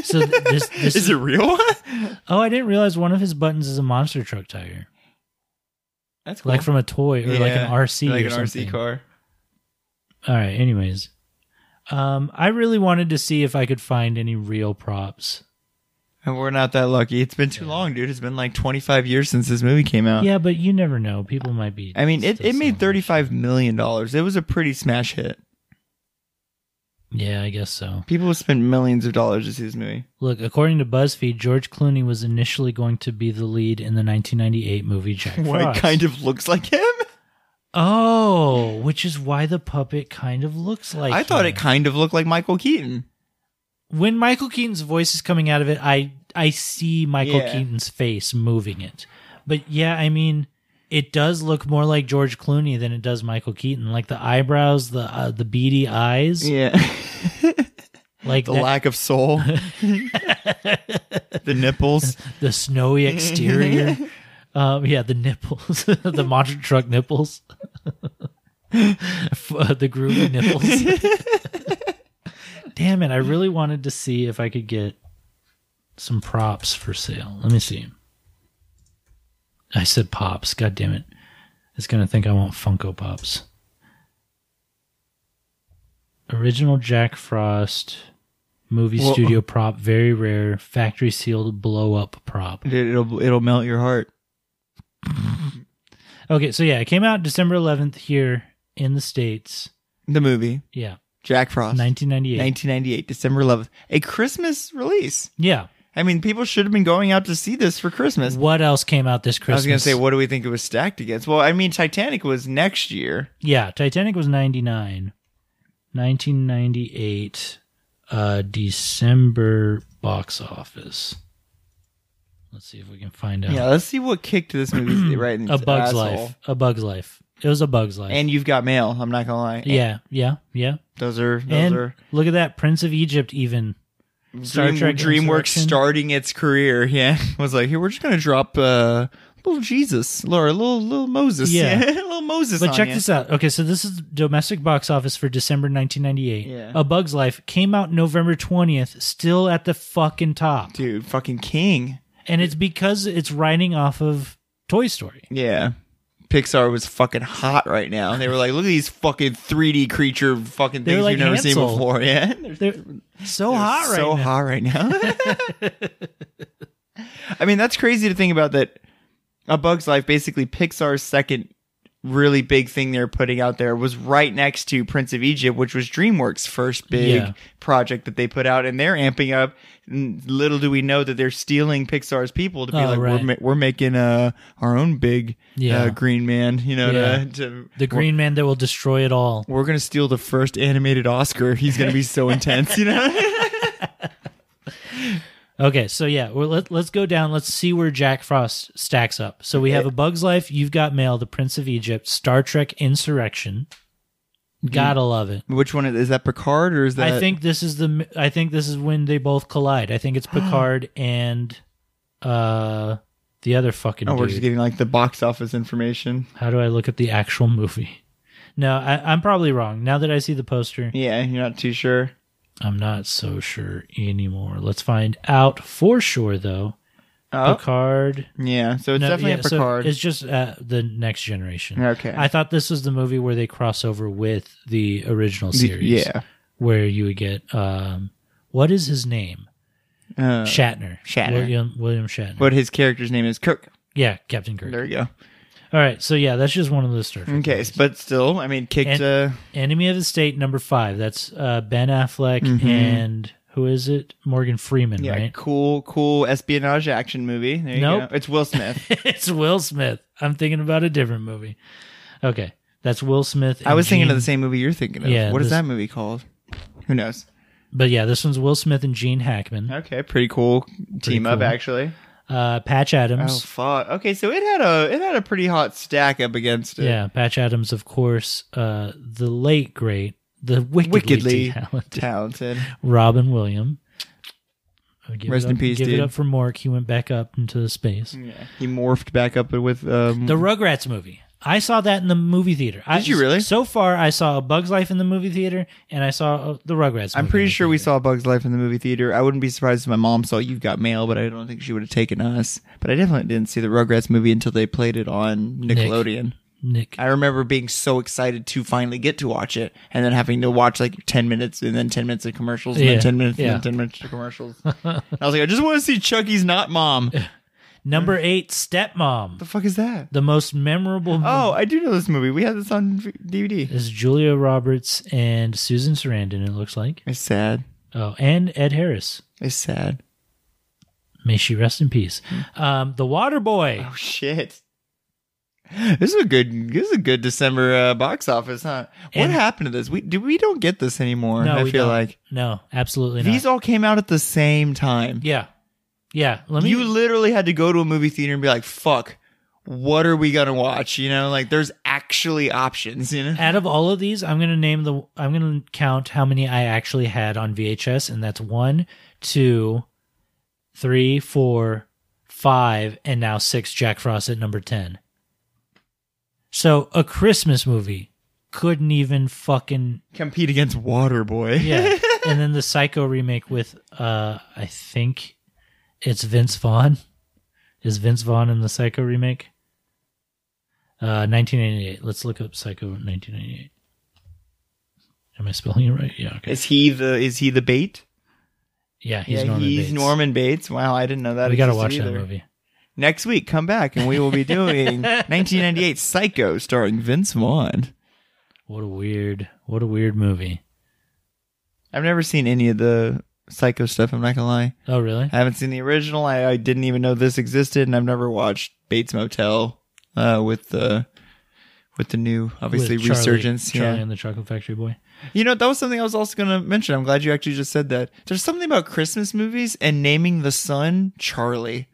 So th- this this is it real? Oh, I didn't realize one of his buttons is a monster truck tire, That's like from a toy or like an RC, like or an something. RC car. All right. Anyways, um, I really wanted to see if I could find any real props. And we're not that lucky. It's been too long, dude. It's been like 25 years since this movie came out. yeah, but you never know. People might be. Uh, I mean, it, still it made selling. 35 million dollars. It was a pretty smash hit. Yeah, I guess so. People spent millions of dollars to see this movie. Look, according to BuzzFeed, George Clooney was initially going to be the lead in the 1998 movie Jack Frost. What kind of looks like him? Oh, which is why the puppet kind of looks like. I thought him. it kind of looked like Michael Keaton. when Michael Keaton's voice is coming out of it, I I see Michael Yeah. Keaton's face moving it. But yeah, I mean, it does look more like George Clooney than it does Michael Keaton. Like the eyebrows, the uh, the beady eyes, Yeah. like the that- lack of soul. the nipples. the snowy exterior. um, yeah, the nipples, the monster truck nipples, F- uh, the groovy nipples. Damn it! I really wanted to see if I could get some props for sale. Let me see. I said pops. God damn it! It's gonna think I want Funko Pops. Original Jack Frost movie Well- studio prop, very rare, factory sealed blow up prop. Dude, it'll it'll melt your heart. Okay, so yeah, it came out December 11th here in the states. The movie Yeah, Jack Frost, 1998. 1998, December 11th, a Christmas release. yeah. I mean, people should have been going out to see this for Christmas. What else came out this I Christmas? was gonna say, what do we think it was stacked against? Well, I mean, Titanic was next year. Yeah, Titanic was 99. 1998 uh December box office. Let's see if we can find out. Yeah, let's see what kicked this movie right in a its Bug's asshole. Life. A Bug's Life. It was a Bug's Life. And you've got mail. I'm not gonna lie. yeah, yeah, yeah. those are those and are look at that Prince of Egypt even Star Dream- Trek DreamWorks Insurrection. starting its career. Yeah, was like, here we're just gonna drop uh, little Jesus, Laura, little little Moses. Yeah. little Moses. But on check ya. this out. Okay, so this is domestic box office for December 1998. Yeah. A Bug's Life came out November 20th, still at the fucking top. dude, fucking king. And it's because it's riding off of Toy Story. Yeah. Pixar was fucking hot right now. They were like, look at these fucking 3D creature fucking They were like things we've never seen Hansel. before. Yeah. They're They're so hot right so now. hot right now. I mean, that's crazy to think about that A Bug's Life, basically Pixar's second really big thing they're putting out there was right next to Prince of Egypt, which was DreamWorks' first big Yeah. project that they put out, and they're amping up. And little do we know that they're stealing Pixar's people to be Oh, like, right. we're, ma- we're making uh, our own big Yeah. uh, Green Man, you know, Yeah. to, to The Green Man that will destroy it all. We're, we're gonna steal the first animated Oscar. He's gonna be so intense, you know. Okay, so yeah, well, let, let's go down. Let's see where Jack Frost stacks up. So we have A Bug's Life, You've Got Mail, The Prince of Egypt, Star Trek Insurrection. Gotta love it. Which one is, is that? Picard or is that? I think this is the. I think this is when they both collide. I think it's Picard and uh the other fucking. Oh, we're dude. just getting like the box office information. How do I look at the actual movie? No, I, I'm probably wrong. Now that I see the poster, Yeah, you're not too sure. I'm not so sure anymore. Let's find out for sure, though. Oh, Picard. yeah. So it's No, definitely yeah, a so Picard. it's just uh, the next generation. Okay. I thought this was the movie where they cross over with the original The- series. Yeah. Where you would get um, what is his name? Uh, Shatner. Shatner. William William Shatner. but his character's name is Kirk. yeah, Captain Kirk. There you go. All right, so yeah, that's just one of the Star Trek Okay, movies. but still, I mean, And- kicked. uh, Enemy of the State number five. That's uh, Ben Affleck and who is it? Morgan Freeman, Mm-hmm. yeah, right? cool, cool espionage action movie. There you Nope. go. It's Will Smith. it's Will Smith. I'm thinking about a different movie. Okay, that's Will Smith. I was thinking of the this, same movie you're thinking of. Yeah, what is this- that movie called? Who knows? but yeah, this one's Will Smith and Gene Hackman, Okay, pretty cool team up cool. actually. uh, Patch Oh Adams. fuck. Okay, so it had a it had a pretty hot stack up against it. yeah, Patch Adams, of course. Uh, the late great the wickedly, Wickedly talented talented. Robin William. I would give Rest it in up- peace, Give dude. it up for Mork. He went back up into the space. He morphed back up with um, The Rugrats movie. I saw that in the movie theater. I, Did you really? So far, I saw A Bug's Life in the movie theater, and I saw uh, the Rugrats. I'm movie in pretty the sure we theater. saw A Bug's Life in the movie theater. I wouldn't be surprised if my mom saw You've Got Mail, but I don't think she would have taken us. But I definitely didn't see the Rugrats movie until they played it on Nickelodeon. Nick. I remember being so excited to finally get to watch it and then having to watch like 10 minutes and then 10 minutes of commercials and Yeah, then 10 minutes yeah. and then 10 minutes of commercials. And I was like, I just want to see Chucky's Not Mom. What Number eight, Stepmom. the fuck is that? The most memorable Oh, I do know this movie. We had this on v- DVD. is Julia Roberts and Susan Sarandon, it looks like. It's sad. Oh, and Ed Harris. It's sad. May she rest in peace. Hmm. Um, the Water Boy. Oh shit. This is a good. This is a good December uh, box office, huh? And- what happened to this? We do we don't get this anymore. no, Uh, I we feel don't. like no, absolutely these not. all came out at the same time. yeah, yeah. Let me. you literally had to go to a movie theater and be like, "Fuck, what are we gonna watch?" You know, like there's actually options. You know, out of all of these, I'm gonna name the. I'm gonna count how many I actually had on VHS, and that's one, two, three, four, five, and now six. Jack Frost at number ten. So a Christmas movie couldn't even fucking compete against Waterboy. yeah. and then the Psycho remake with uh, I think it's Vince Vaughn. Is Vince Vaughn in the Psycho remake? Uh, 1998. Let's look up Psycho 1998. Am I spelling it right? Yeah. Okay. is he the is he the bait? yeah. He's yeah, Norman. he's Bates. Norman Bates. Wow, I didn't know that. we gotta existed watch either. that movie. Next week, come back and we will be doing 1998 Psycho starring Vince Vaughn. What a weird, what a weird movie. I've never seen any of the Psycho stuff, I'm not gonna lie. Oh, really? I haven't seen the original. I, I didn't even know this existed, and I've never watched Bates Motel uh, with the with the new obviously With Charlie- resurgence. Charlie yeah. and the Chocolate Factory Boy. You know, that was something I was also gonna mention. I'm glad you actually just said that. There's something about Christmas movies and naming the son Charlie.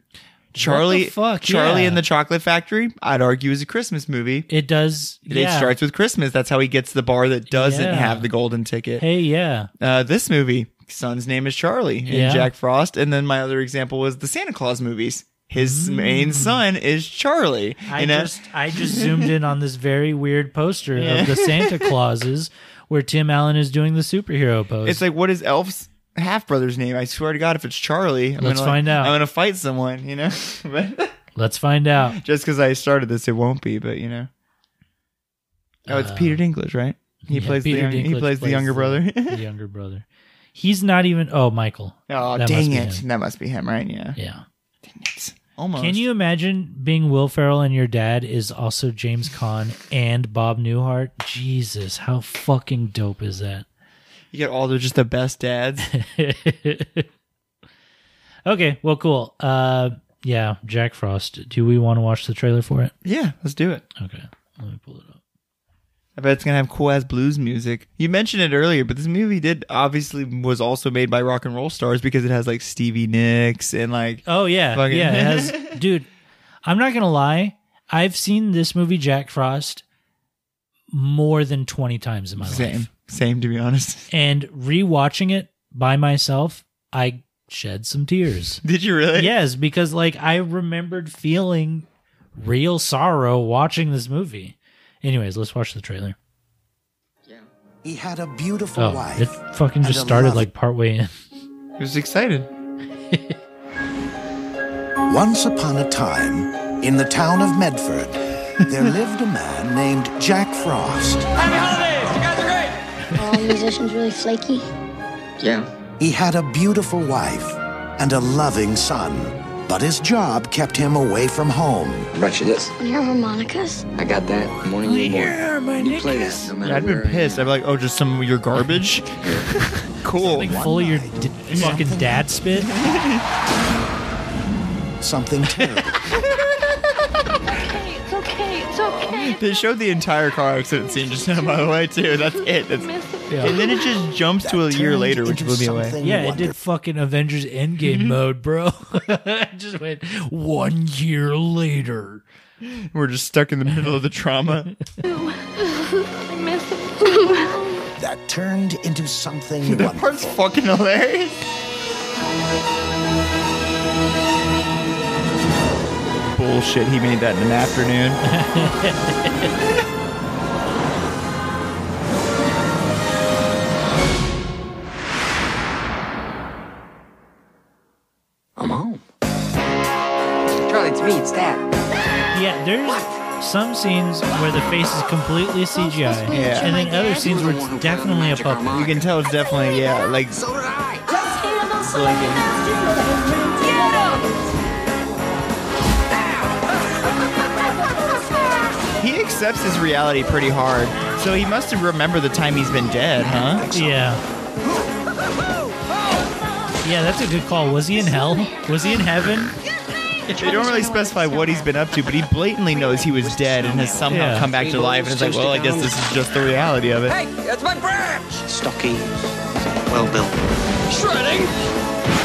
Charlie fuck? Charlie Yeah. and the Chocolate Factory, I'd argue is a Christmas movie. It does. It yeah. starts with Christmas. That's how he gets the bar that doesn't Yeah. have the golden ticket. Hey, yeah. Uh, this movie, son's name is Charlie and Yeah. Jack Frost. And then my other example was the Santa Claus movies. His main son is Charlie. Mm. uh, I you know? just I just zoomed in on this very weird poster of the Santa Clauses where Tim Allen is doing the superhero pose. it's like, what is Elf's half brother's name? I swear to God, if it's Charlie, I'm Let's gonna, like, find out. I'm going to fight someone, you know? but Let's find out. just because I started this, it won't be, but you know. Oh, it's Peter Dinklage, right? He Uh, Yeah, plays Peter the young, he Dinklage plays, the younger brother. the younger brother. He's not even. Oh, Michael. oh, That must dang be it. him. That must be him, right? Yeah. Yeah. Almost. Can you imagine being Will Ferrell and your dad is also James Caan and Bob Newhart? Jesus, how fucking dope is that? You get all the just the best dads. okay, well, cool. Uh, yeah, Jack Frost. Do we want to watch the trailer for it? yeah, let's do it. Okay, let me pull it up. I bet it's gonna have cool ass blues music. You mentioned it earlier, but this movie did obviously was also made by rock and roll stars because it has like Stevie Nicks and like Oh yeah, Fucking- yeah. It has, dude, I'm not gonna lie. I've seen this movie Jack Frost more than 20 times in my same life, same to be honest. and rewatching it by myself, I shed some tears. Did you really? yes, because like I remembered feeling real sorrow watching this movie. Anyways, let's watch the trailer. He had a beautiful Oh, wife. it fucking and just a started loving- like partway in. He was excited. Once upon a time, in the town of Medford, there lived a man named Jack Frost. all musicians really flaky? He had a beautiful wife and a loving son, but his job kept him away from home. Brought you this. Your harmonicas? I got that. Morning, oh, yeah, my you play this. No matter I'd been where I am. pissed. I'd be like, oh, just some of your garbage. cool. Full of your d- fucking dad spit. Something terrible. It's okay. It's okay. They showed the entire car accident scene just now, by the way, too. That's it. That's, Miss it. Yeah. and then it just jumps to a year turned later, which into blew me away. something Yeah, it did wonderful. fucking Avengers Endgame Mm-hmm. mode, bro. I just went one year later. We're just stuck in the middle of the trauma. I miss it. that turned into something That part's wonderful. fucking hilarious. Bullshit, he made that in an afternoon. I'm home. Charlie, to me, it's that. Yeah, there's some scenes where the face is completely CGI, Yeah. and then other scenes where it's definitely a puppet. You can tell it's definitely, yeah, like, So did I. he accepts his reality pretty hard. So he must have remembered the time he's been dead, huh? Yeah. Yeah, that's a good call. Was he in hell? Was he in heaven? They don't really specify what he's been up to, but he blatantly knows he was dead and has somehow Yeah. come back to life. And it's like, well, I guess this is just the reality of it. Stocky. Well built. Shredding.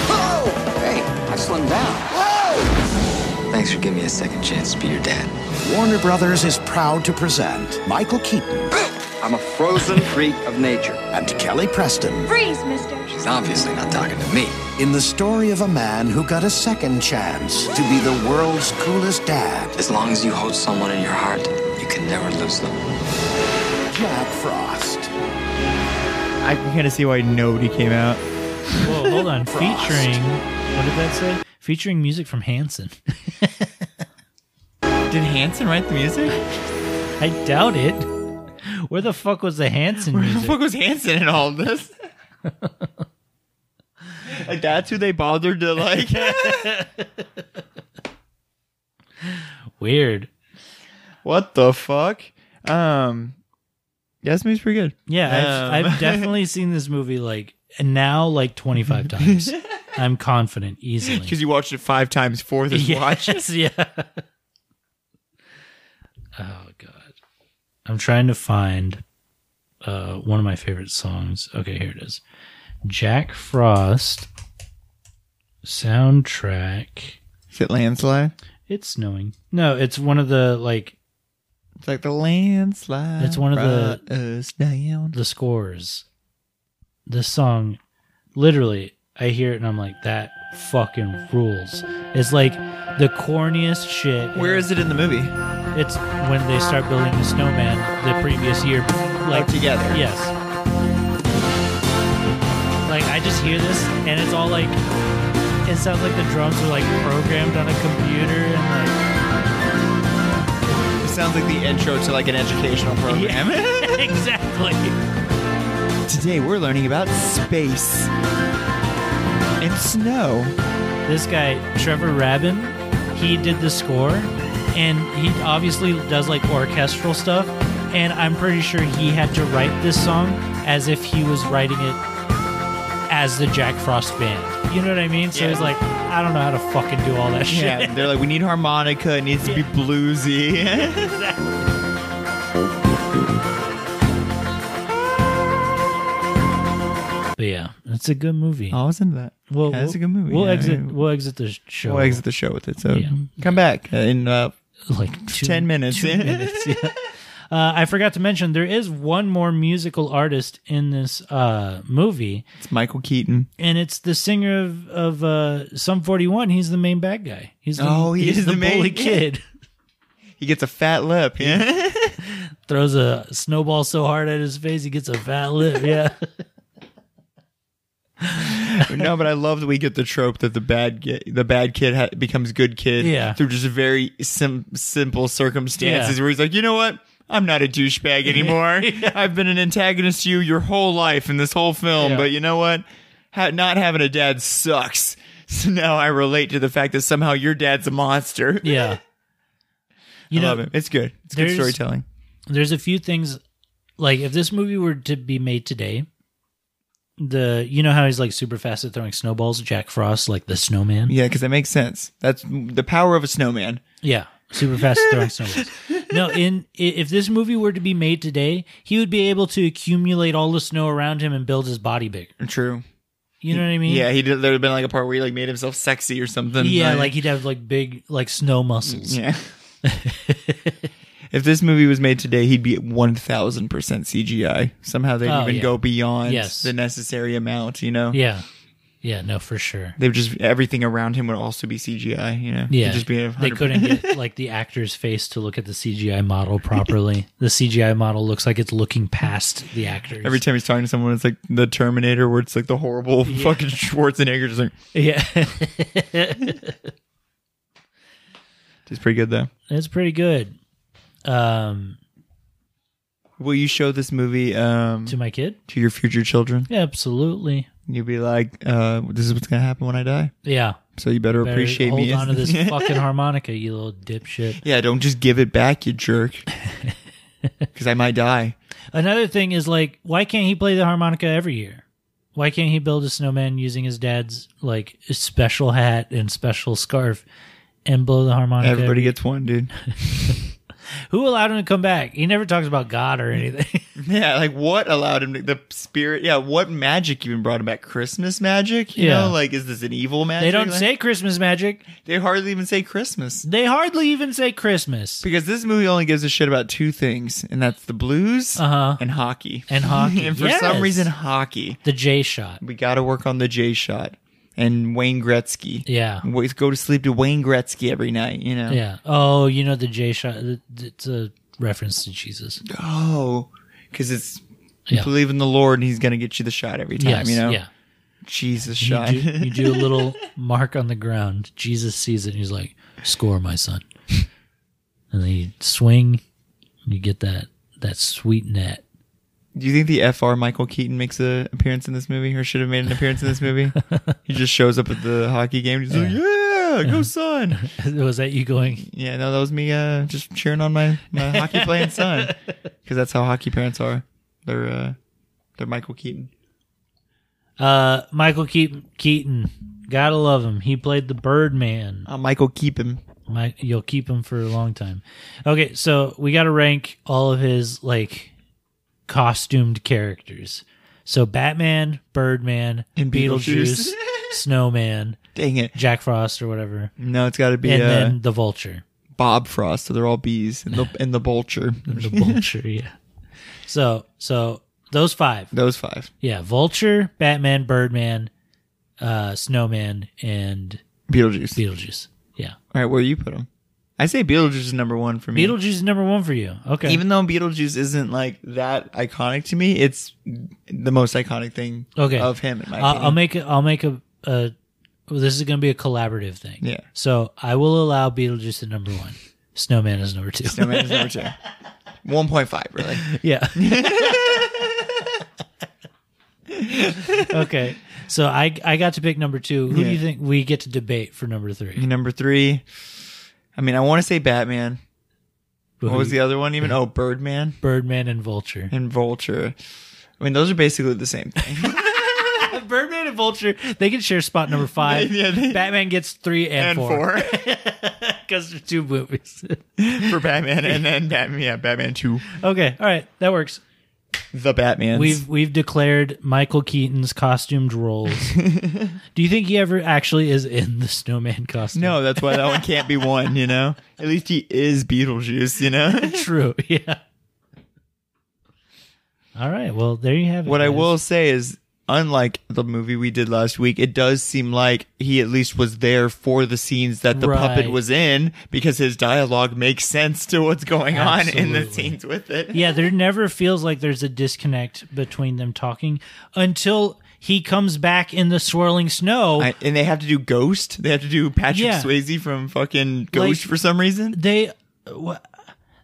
Oh! Hey, I slimmed down. Thanks for giving me a second chance to be your dad. Warner Brothers is proud to present Michael Keaton I'm a frozen freak of nature. and Kelly Preston Freeze, mister. She's obviously not talking to me. in the story of a man who got a second chance to be the world's coolest dad, As long as you hold someone in your heart, you can never lose them. Jack Frost. I can kind of see why nobody came out. Whoa, hold on. Featuring, what did that say? Featuring music from Hanson. Did Hanson write the music? I doubt it. Where the fuck was the Hanson Where the music? fuck was Hanson in all of this? like that's who they bothered to like. Weird. what the fuck? Um, yeah, this movie's pretty good. Yeah, I've, Um, I've definitely seen this movie like and now like 25 times. I'm confident easily. because you watched it five times for this watch. Yes, yeah. oh god. I'm trying to find uh one of my favorite songs. Okay, here it is. Jack Frost soundtrack. Is it landslide? It's snowing. No, it's one of the like It's like the landslide. It's one of the- brought us down. the scores. This song literally I hear it and I'm like that fucking rules. It's like the corniest shit. Where is it in the movie? It's when they start building the snowman the previous year, like Oh, together. Yes. Like I just hear this, and it's all like it sounds like the drums are like programmed on a computer, and It sounds like the intro to like an educational program. like exactly. Today we're learning about space and snow. This guy Trevor Rabin, he did the score, and he obviously does like orchestral stuff, and I'm pretty sure he had to write this song as if he was writing it as the Jack Frost band. You know what I mean? So Yeah. he's like, I don't know how to fucking do all that shit. Yeah, they're like, we need harmonica. It needs to be bluesy. But yeah, it's a good movie. I was into Uh, that. Well, that's we'll- a good movie. We'll Yeah, exit. yeah. We'll exit the show. We'll exit the show with it. So Yeah. come back in uh, like two, 10 minutes. two minutes, yeah. Uh, I forgot to mention there is one more musical artist in this uh, movie, It's Michael Keaton. and it's the singer of of uh, Sum Forty One. He's the main bad guy. He's the, Oh, he he's is the, the main- bully kid. He gets a fat lip. Yeah. Throws a snowball so hard at his face he gets a fat lip. Yeah, no, but I love that we get the trope that the bad ki- the bad kid ha- becomes good kid Yeah. through just very sim- simple circumstances Yeah. where he's like, you know what? I'm not a douchebag anymore. I've been an antagonist to you your whole life in this whole film, Yeah. but you know what? Ha- not having a dad sucks. So now I relate to the fact that somehow your dad's a monster. yeah. You I know, love it. It's good. It's good there's- storytelling. there's a few things like if this movie were to be made today the you know how he's like super fast at throwing snowballs jack frost like the snowman yeah, Yeah, because that makes sense. That's the power of a snowman. super fast at throwing snowballs no in i- if this movie were to be made today he would be able to accumulate all the snow around him and build his body bigger True. you know what i mean Yeah, he did. There'd have been like a part where he like made himself sexy or something. yeah like he'd have like big like snow muscles yeah. If this movie was made today, he'd be at 1000% CGI. Somehow they'd Oh, even yeah. go beyond Yes. the necessary amount, you know? Yeah. Yeah, no, for sure. They would just, everything around him would also be CGI, you know? He'd Yeah. just be at they 100%. couldn't get like the actor's face to look at the CGI model properly. the CGI model looks like it's looking past the actors. Every time he's talking to someone, it's like the Terminator, where it's like the horrible fucking Schwarzenegger. Just like, yeah. it's pretty good though. it's pretty good. Um Will you show this movie um, to to, my kid? your future children? Yeah, absolutely. You'll be like, uh, "This is what's gonna happen when I die." Yeah. So you better, Better appreciate hold me. on to this fucking harmonica, you little dipshit. yeah, don't just give it back, you jerk. Because I might die. Another thing is like, why can't he play the harmonica every year? Why can't he build a snowman using his dad's like special hat and special scarf and blow the harmonica? Everybody every- gets one, dude. Who allowed him to come back? He never talks about God or anything. Yeah, like what allowed him to, the spirit? Yeah, what magic even brought him back? Christmas magic? You Yeah. know, like is this an evil magic? they don't Like, say Christmas magic. They hardly even say Christmas. They hardly even say Christmas. Because this movie only gives a shit about two things, and that's the blues Uh-huh. and hockey. And hockey. and for some Yes. reason, hockey. The J shot. We got to work on the J shot and Wayne Gretzky. Yeah. We go to sleep to Wayne Gretzky every night, you know? Yeah. Oh, you know the J shot. It's a reference to Jesus. Oh, because it's Yeah. believe in the Lord and he's going to get you the shot every time, Yes. you know? Yeah. Jesus You shot. do, you do a little mark on the ground. Jesus sees it and he's like, score, my son. And then you swing, and you get that, that sweet net. do you think the FR Michael Keaton makes an appearance in this movie or should have made an appearance in this movie? he just shows up at the hockey game. He's like, yeah, go son. Was that you going? Yeah, no, that was me uh, just cheering on my, my hockey playing son because that's how hockey parents are. They're uh, they're Michael Keaton. Uh, Michael Keaton, Keaton. Gotta love him. He played the Birdman. Uh, Michael Keaton. My, you'll keep him for a long time. Okay, so we got to rank all of his like costumed characters. So Batman, Birdman, And Beetlejuice. Beetlejuice, Snowman, Dang it! Jack Frost, or whatever, No, it's got to be uh, and then the Vulture. Bob Frost. So they're all bees and the and the vulture. The Vulture, yeah. So, so those five, Those five. yeah: Vulture, Batman, Birdman, uh, Snowman, and Beetlejuice. Beetlejuice. Yeah, all right, where do you put them? I say Beetlejuice is number one for me. Beetlejuice is number one for you. Okay, Even though Beetlejuice isn't like that iconic to me, it's the most iconic thing okay of him. In my I'll, I'll opinion. make a, I'll make a, a well, this is going to be a collaborative thing. Yeah. So I will allow Beetlejuice at number one. Snowman is number two. Snowman is number two. One point five, really. yeah. okay. So I I got to pick number two. Who do you Yeah. think we get to debate for number three? Number three. I mean, I want to say Batman. Who What was you- the other one even? Oh, Birdman Birdman and Vulture? and Vulture. I mean, those are basically the same thing. Birdman and Vulture, they can share spot number five. Yeah, they- Batman gets three and, four because they're two movies. for Batman, and then Batman, yeah, Batman Two, okay, all right, that works. the Batman. We've we've declared Michael Keaton's costumed roles. Do you think he ever actually is in the snowman costume? no, that's why that one can't be one. You know, at least he is Beetlejuice. You know. true. Yeah. All right. Well, there you have it. what I guys. will say is, unlike the movie we did last week, it does seem like he at least was there for the scenes that the puppet Right. was in because his dialogue makes sense to what's going on in the Absolutely. scenes with it. Yeah, there never feels like there's a disconnect between them talking until he comes back in the swirling snow. I, and they have to do Ghost. They have to do Patrick Yeah. Swayze from fucking Ghost Like- for some reason. they wha-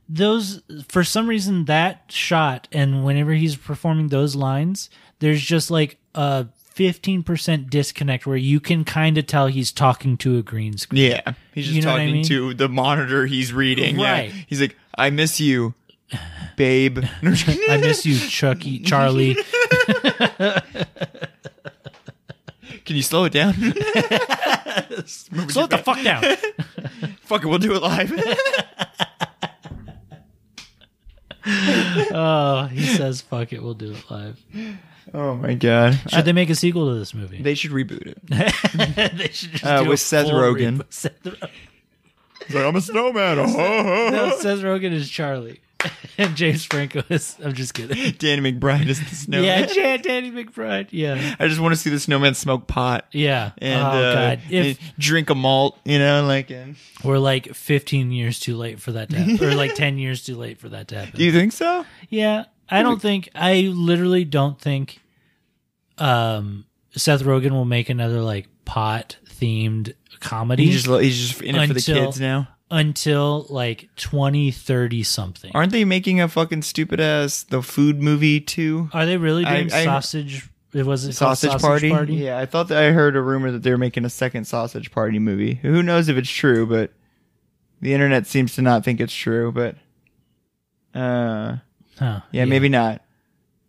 those for some reason that shot and whenever he's performing those lines there's just like a 15% disconnect where you can kind of tell he's talking to a green screen Yeah, he's just You know what I talking mean? to the monitor he's reading. Yeah. Right. he's like, "I miss you, babe." i miss you chucky charlie Can you slow it down? slow it the fuck down Fuck it, we'll do it live. oh he says fuck it we'll do it live oh my god, should they make a sequel to this movie they should reboot it. they should just uh, do a with Seth full Rogen. reboot. Seth Rogen. He's like, I'm a snowman. Oh, ho, ho, No, ho. Seth Rogen is Charlie, and James Franco is. I'm just kidding. Danny McBride is the snowman. Yeah, Jan, Danny McBride. Yeah, I just want to see the snowman smoke pot yeah. and, oh uh, god, if and drink a malt, you know, like. And, we're like 15 years too late for that to happen, or like 10 years too late for that to happen. do you think so? Yeah, I don't think I literally don't think um Seth Rogen will make another like pot themed comedy He just he's just in it for the Until- kids now. until like 2030 something. Aren't they making a fucking stupid ass the food movie too? Are they really doing I- I- sausage it wasn't called Sausage, party? Yeah, I thought that I heard a rumor that they're making a second sausage party movie. Who knows if it's true, but the internet seems to not think it's true, but uh Huh, yeah, maybe not.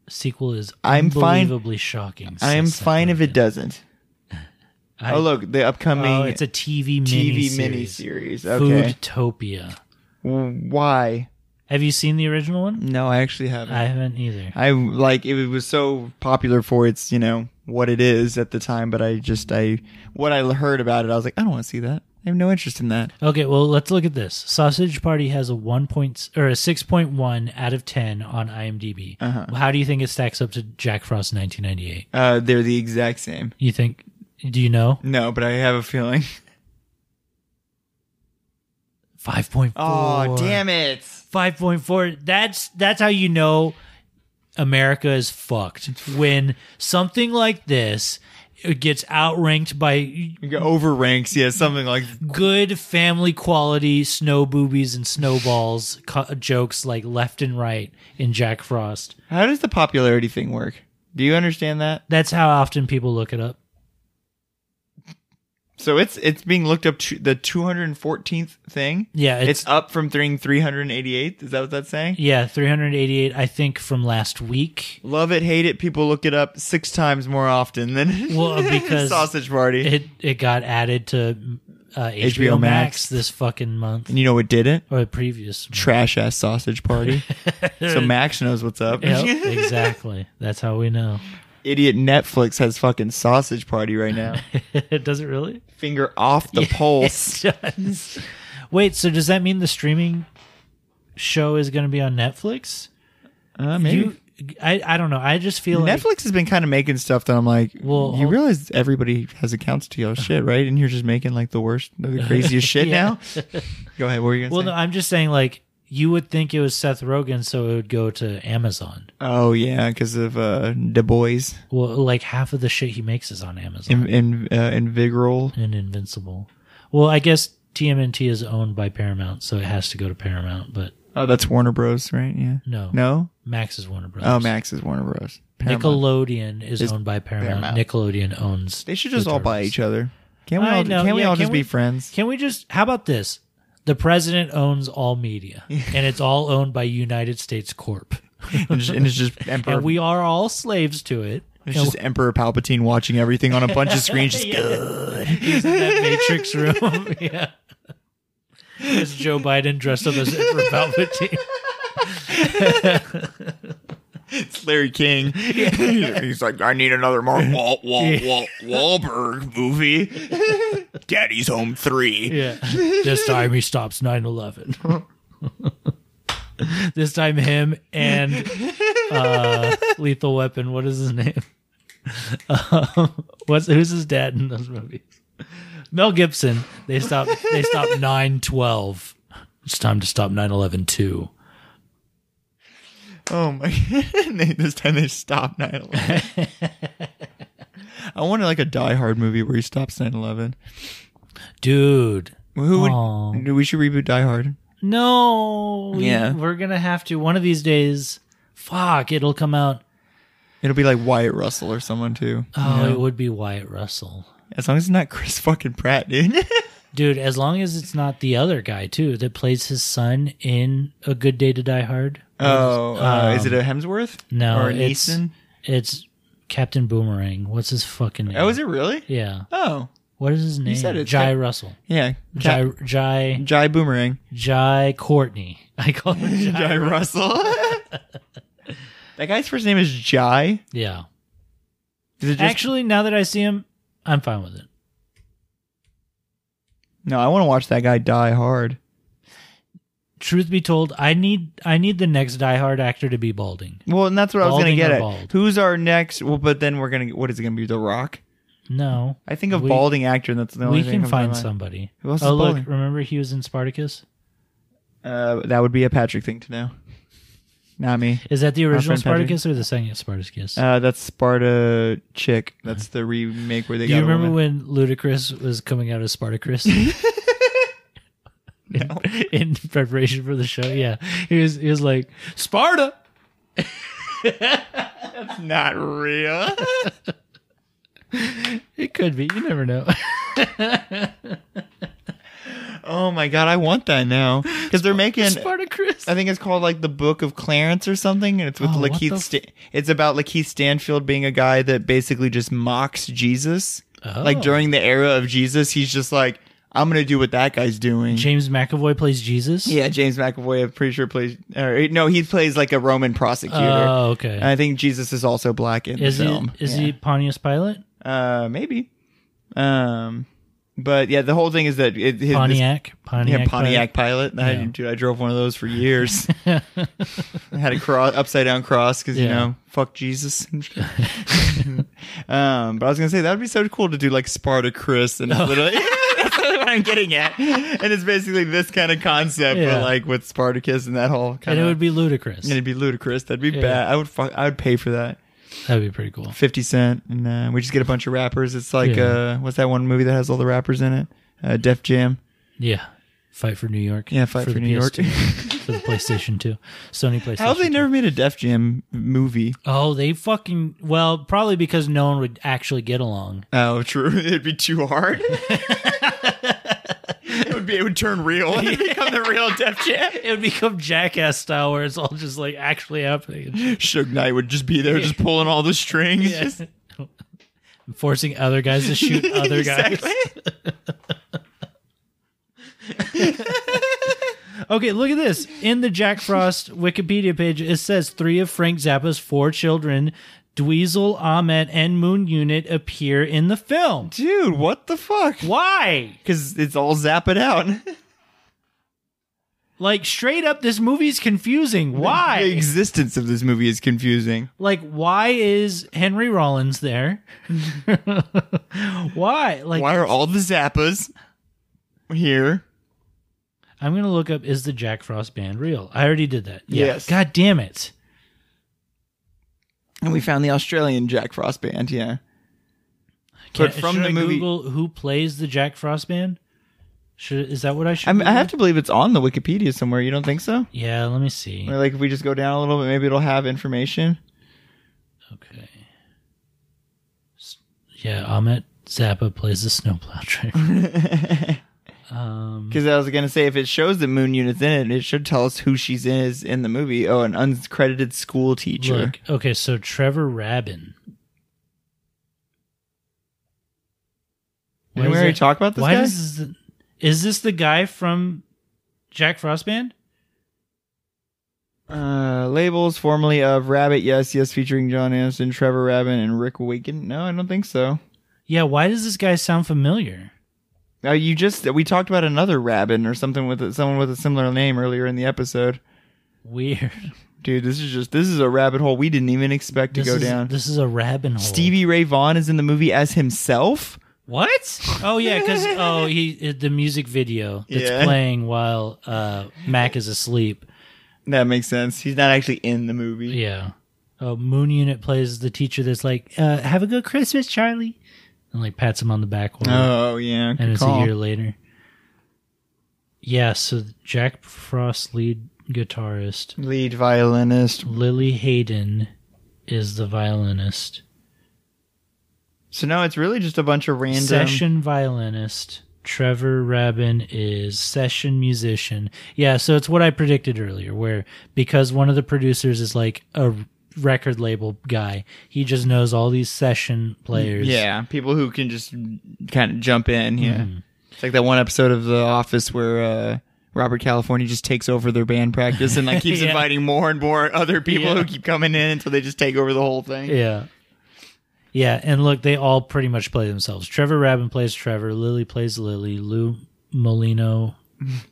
sequel is I'm fine- unbelievably shocking. I am says Seth fine if Rogen. it doesn't. I- oh look, the upcoming Oh, it's a TV mini TV miniseries. Okay. Foodtopia. Why? Have you seen the original one? No, I actually haven't. I haven't either. I like it was so popular for its, you know, what it is at the time, but I just I what I heard about it, I was like, I don't want to see that. I have no interest in that. Okay, well, let's look at this. Sausage Party has a one point or a six point one out of ten on IMDb. Uh-huh. How do you think it stacks up to Jack Frost 1998? Uh they're the exact same. You think? Do you know? No, but I have a feeling. Five point four. Oh, damn it. Five point four. That's that's how you know America is fucked when something like this it gets outranked by You go over ranks, yeah, something like good family quality snow boobies and snowballs co- jokes like left and right in Jack Frost. How does the popularity thing work? Do you understand that? That's how often people look it up. So it's it's being looked up to the 214th thing. Yeah, It's, it's, up from 388. Is that what that's saying? yeah, 388 I think from last week. Love it, hate it. People look it up six times more often than Well, because sausage party. It it got added to uh, HBO, HBO Max. Max this fucking month and you know what didn't? or the previous. month. Trash ass sausage party. so Max knows what's up. Yep, exactly. That's how we know. Idiot Netflix has fucking sausage party right now. does it really? Finger off the pulse. It does. Wait, so does that mean the streaming show is going to be on Netflix? Uh, maybe. You, I, I don't know. I just feel like Netflix has been kind of making stuff that I'm like, Well, you I'll- realize everybody has accounts to your shit, right? And you're just making like the worst, the craziest shit now. Go ahead. What were you gonna Well, say? no, I'm just saying like you would think it was Seth Rogen, so it would go to Amazon. oh yeah, because of uh, Du Bois Well, like half of the shit he makes is on Amazon in, in uh, Invigoral. and Invincible. Well, I guess TMNT is owned by Paramount, so it has to go to Paramount. But Oh, that's Warner Bros, right? Yeah. no, No. Max is Warner Brothers. Oh, Max is Warner Bros. Paramount. Nickelodeon is, Is owned by Paramount. Paramount. Nickelodeon owns. They should the just all buy turtles. each other. Can we I all? know, Can we yeah, all can just we- be friends? Can we just? How about this? The president owns all media, and it's all owned by United States Corp. and, just, and it's just Emperor. and we are all slaves to it. it's just Emperor Palpatine watching everything on a bunch of screens. Just that Matrix room. yeah. It's Joe Biden dressed up as Emperor Palpatine. it's Larry King. He's like, I need another more Wal- Wal- Wal- Wahlberg movie. Daddy's Home Three. Yeah. This time he stops 9 11. this time him and uh, Lethal Weapon. What is his name? Um, what's who's his dad in those movies? Mel Gibson. They stop. They stop nine twelve. It's time to stop nine eleven too. Oh my! And they- this time they stopped 9/11. I wanted like a Die Hard movie where he stops 9/11. Dude, Who would? Aw. We should reboot Die Hard. No. we- Yeah. We're going to have to. One of these days, fuck, it'll come out. It'll be like Wyatt Russell or someone too. Oh, it would be Wyatt Russell. As long as it's not Chris fucking Pratt, dude. Dude, as long as it's not the other guy, too, that plays his son in A Good Day to Die Hard. oh, uh, is it a Hemsworth? Um, No, or an it's- Easton? It's Captain Boomerang. What's his fucking name? Oh, is it really? Yeah. Oh, What is his name? said it's Jai Cap- Russell. yeah. Jai, Jai, Jai, Jai Boomerang. Jai Courtney. I call him Jai. Jai Russell. that guy's first name is Jai. yeah. Is it just Actually, now that I see him, I'm fine with it. No, I want to watch that guy die hard. Truth be told, I need I need the next Die Hard actor to be balding. Well, and that's what I was Balding going to get or at. bald? Who's our next? Well, but then we're going to. What is it going to be? The Rock. No, I think of We- balding actor. And that's the only We thing can that comes find to mind. somebody. Who else is oh look, balding? remember he was in Spartacus. Uh, that would be a Patrick thing to know. Not me. Is that the original friend Patrick. Spartacus or the second Spartacus? Uh, that's Sparta chick. That's the remake where they Do got. you a remember woman. when Ludacris was coming out as Spartacus? in preparation for the show, yeah, he was he was like Sparta. Not real. It could be. You never know. oh my god, I want that now because they're making. Spartacus. I think it's called like the Book of Clarence or something, and it's with Oh, what Lakeith. the Sta- it's about Lakeith Stanfield being a guy that basically just mocks Jesus. Like Oh. during the era of Jesus, he's just like, "I'm gonna do what that guy's doing." James McAvoy plays Jesus. yeah, James McAvoy, I'm pretty sure plays. Or, no, he plays like a Roman prosecutor. Oh, okay. And I think Jesus is also black in is the film. he is Yeah. he Pontius Pilate? Uh, maybe. Um, but yeah, the whole thing is that it, his, Pontiac. this, Pontiac. yeah, Pontiac Pilot. I, Yeah. dude, I drove one of those for years. I had a cross, upside down cross because you Yeah. know, fuck Jesus. I'm just kidding. um, but I was gonna say that would be so cool to do like Sparta Chris Oh. and it's literally. That's what I'm getting at, and it's basically this kind of concept, Yeah. but like with Spartacus and that whole And kind it of. would be ludicrous. it'd be ludicrous. That'd be bad. I would. Fuck, I would pay for that. That'd be pretty cool. 50 Cent, and uh, we just get a bunch of rappers. It's like, Yeah. uh, what's that one movie that has all the rappers in it? Uh, Def Jam. Yeah. Fight for New York. Yeah, Fight for the New York. PS2, for the PlayStation 2. Sony PlayStation. How have they 2. never made a Def Jam movie? Oh, they fucking well, probably because no one would actually get along. Oh, true. It'd be too hard. it would be. It would turn real. It'd become the real Def Jam. It would become jackass style where it's all just like actually happening. Suge Knight would just be there, just pulling all the strings. Just, Forcing other guys to shoot other guys. Exactly. Okay, look at this. In the Jack Frost Wikipedia page, it says three of Frank Zappa's four children, Dweezil, Ahmet, and Moon Unit, appear in the film. Dude, what the fuck? Why? Because it's all zap it out. Like straight up, this movie's confusing. The Why? existence of this movie is confusing. Like, why is Henry Rollins there? why? Like, Why are all the Zappas here? I'm gonna look up is the Jack Frost band real? I already did that. Yeah. Yes. God damn it. And we found the Australian Jack Frost band, yeah. Can't- But from should the I movie- Google who plays the Jack Frost band? Should is that what I should? I, mean, I Google? have to believe it's on the Wikipedia somewhere. You don't think so? Yeah, let me see. Or like if we just go down a little bit, maybe it'll have information. Okay. S- Yeah, Ahmet Zappa plays the snowplow driver. Mm-hmm. Because I was gonna say if it shows that Moon Unit's in it, it should tell us who she's in is in the movie. Oh, an uncredited school teacher. Look, okay, so Trevor Rabin. Didn't we is already that- talk about this Why guy? does this, is this the guy from Jack Frost Band? Uh, labels formerly of Rabbit, yes, yes, featuring John Aniston, Trevor Rabin, and Rick Wakeman. No, I don't think so. Yeah, why does this guy sound familiar? Uh, you just we talked about another Rabin or something with a, someone with a similar name earlier in the episode. Weird. Dude, this is just this is a rabbit hole we didn't even expect to this go is, down. This is a rabbit hole. Stevie Ray Vaughan is in the movie as himself. What? Oh yeah, because oh he the music video that's Yeah. playing while uh, Mac is asleep. That makes sense. He's not actually in the movie. Yeah. Oh, Moon Unit plays the teacher that's like, uh, "Have a good Christmas, Charlie," and like pats him on the back. While, Oh yeah, good and it's call. a year later. Yeah. So Jack Frost lead guitarist Lead violinist. Lily Hayden is the violinist, So now it's really just a bunch of random. session violinist. Trevor Rabin is session musician. Yeah, so it's what I predicted earlier, where because one of the producers is like a record label guy, he just knows all these session players. Yeah, people who can just kind of jump in. Yeah, Mm-hmm. it's like that one episode of The Office where uh, Robert California just takes over their band practice and like keeps Yeah. inviting more and more other people Yeah. who keep coming in until they just take over the whole thing. Yeah. Yeah, and look, they all pretty much play themselves. Trevor Rabin plays Trevor, Lily plays Lily, Lou Molino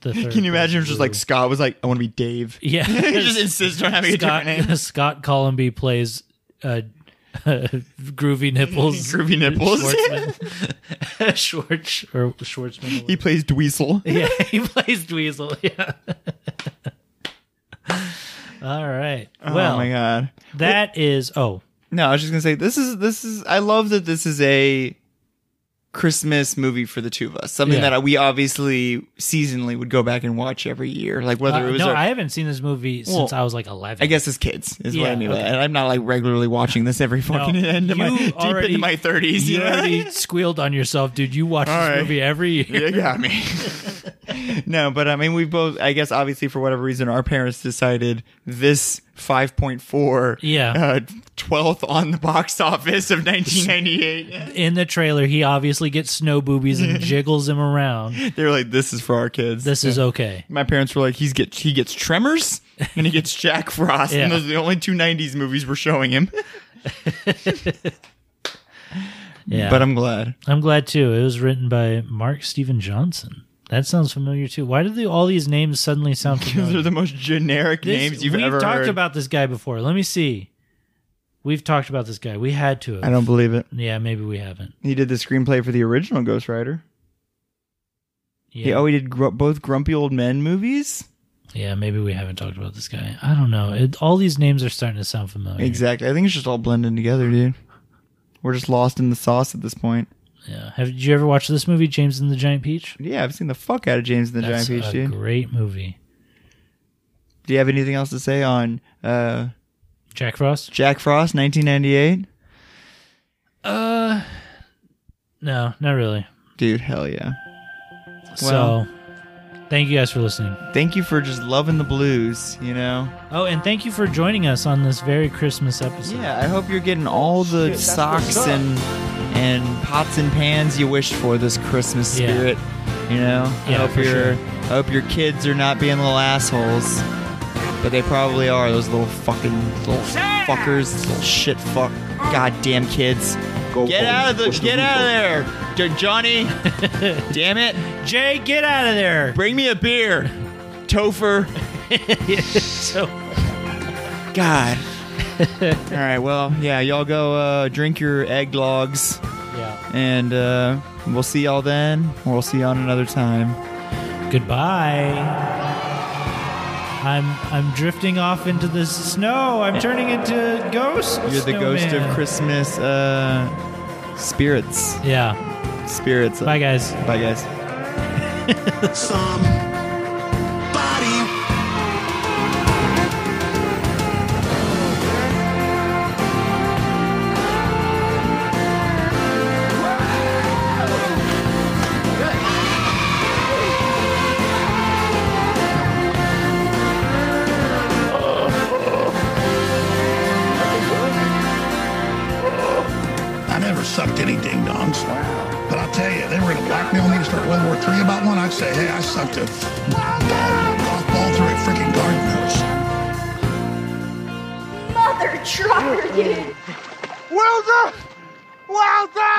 the third. Can you imagine if just like Scott was like, I want to be Dave? Yeah. He just insists on having a Scott, different name. Scott Columby plays uh, Groovy Nipples. Groovy Nipples. Schwartzman. Schwartz or Schwartzman. He plays Dweezil. yeah, he plays Dweezil. Yeah. All right. well, oh my god. that is oh No, I was just gonna say this is this is I love that this is a Christmas movie for the two of us. Something Yeah. that we obviously seasonally would go back and watch every year. Like whether uh, it was no. our- I haven't seen this movie since I was like eleven. I guess as kids is what Yeah, I knew. okay. And I'm not like regularly watching this every fucking end of my you deep already- into my thirties. you You know? already squealed on yourself, dude. You watch All this right. movie every year. you got me. no, but I mean, we both. I guess obviously for whatever reason, our parents decided this 5.4, Yeah. uh, 12th on the box office of 1998. In the trailer, he obviously gets snow boobies and jiggles him around. they were like, "This is for our kids." This is okay. My parents were like, "He's get he gets tremors and he gets Jack Frost, Yeah. and those are the only two 90s movies we're showing him." Yeah, But I'm glad. I'm glad too. It was written by Mark Steven Johnson. That sounds familiar too. Why did they, all these names suddenly sound Those familiar? are the most generic This- names you've we've ever talked heard. about this guy before. Let me see. We've talked about this guy. We had to. Have. I don't believe it. Yeah, maybe we haven't. He did the screenplay for the original Ghost Rider. He, Yeah, oh, he did gr- both Grumpy Old Men movies. yeah, maybe we haven't talked about this guy. I don't know. It, all these names are starting to sound familiar. Exactly. I think it's just all blending together, dude. We're just lost in the sauce at this point. Yeah. Have did you ever watch this movie, James and the Giant Peach? Yeah, I've seen the fuck out of James and the That's Giant Peach, a dude. great movie. Do you have anything else to say on uh, Jack Frost. Jack Frost, 1998? Uh, no, not really. Dude, hell yeah. so, thank you guys for listening. Thank you for just loving the blues, you know? Oh, and thank you for joining us on this very Christmas episode. Yeah, I hope you're getting all the socks and and pots and pans you wished for this Christmas Yeah. spirit. You know, Yeah, for I hope your sure. I hope your kids are not being little assholes, but they probably are. Those little fucking little fuckers, little shit fuck, goddamn kids. get out of the get out of there, Jo- Johnny. damn it! Jay, get out of there. Bring me a beer, Topher. So, God. all right, well, yeah, y'all go uh, drink your egg logs. yeah. And uh, we'll see y'all then, or we'll see y'all another time. Goodbye. I'm I'm drifting off into the snow. I'm turning into ghost. You're the ghost of snowman. Christmas uh, spirits. Yeah. Spirits. Bye, guys. Bye, guys. Somebody I never sucked any ding dongs. But I'll tell you, they were gonna blackmail me to start World War III about one. I'd say, hey, I sucked a ball, golf ball through a freaking garden hose. Mother trucker, you. Wilder! Wilder!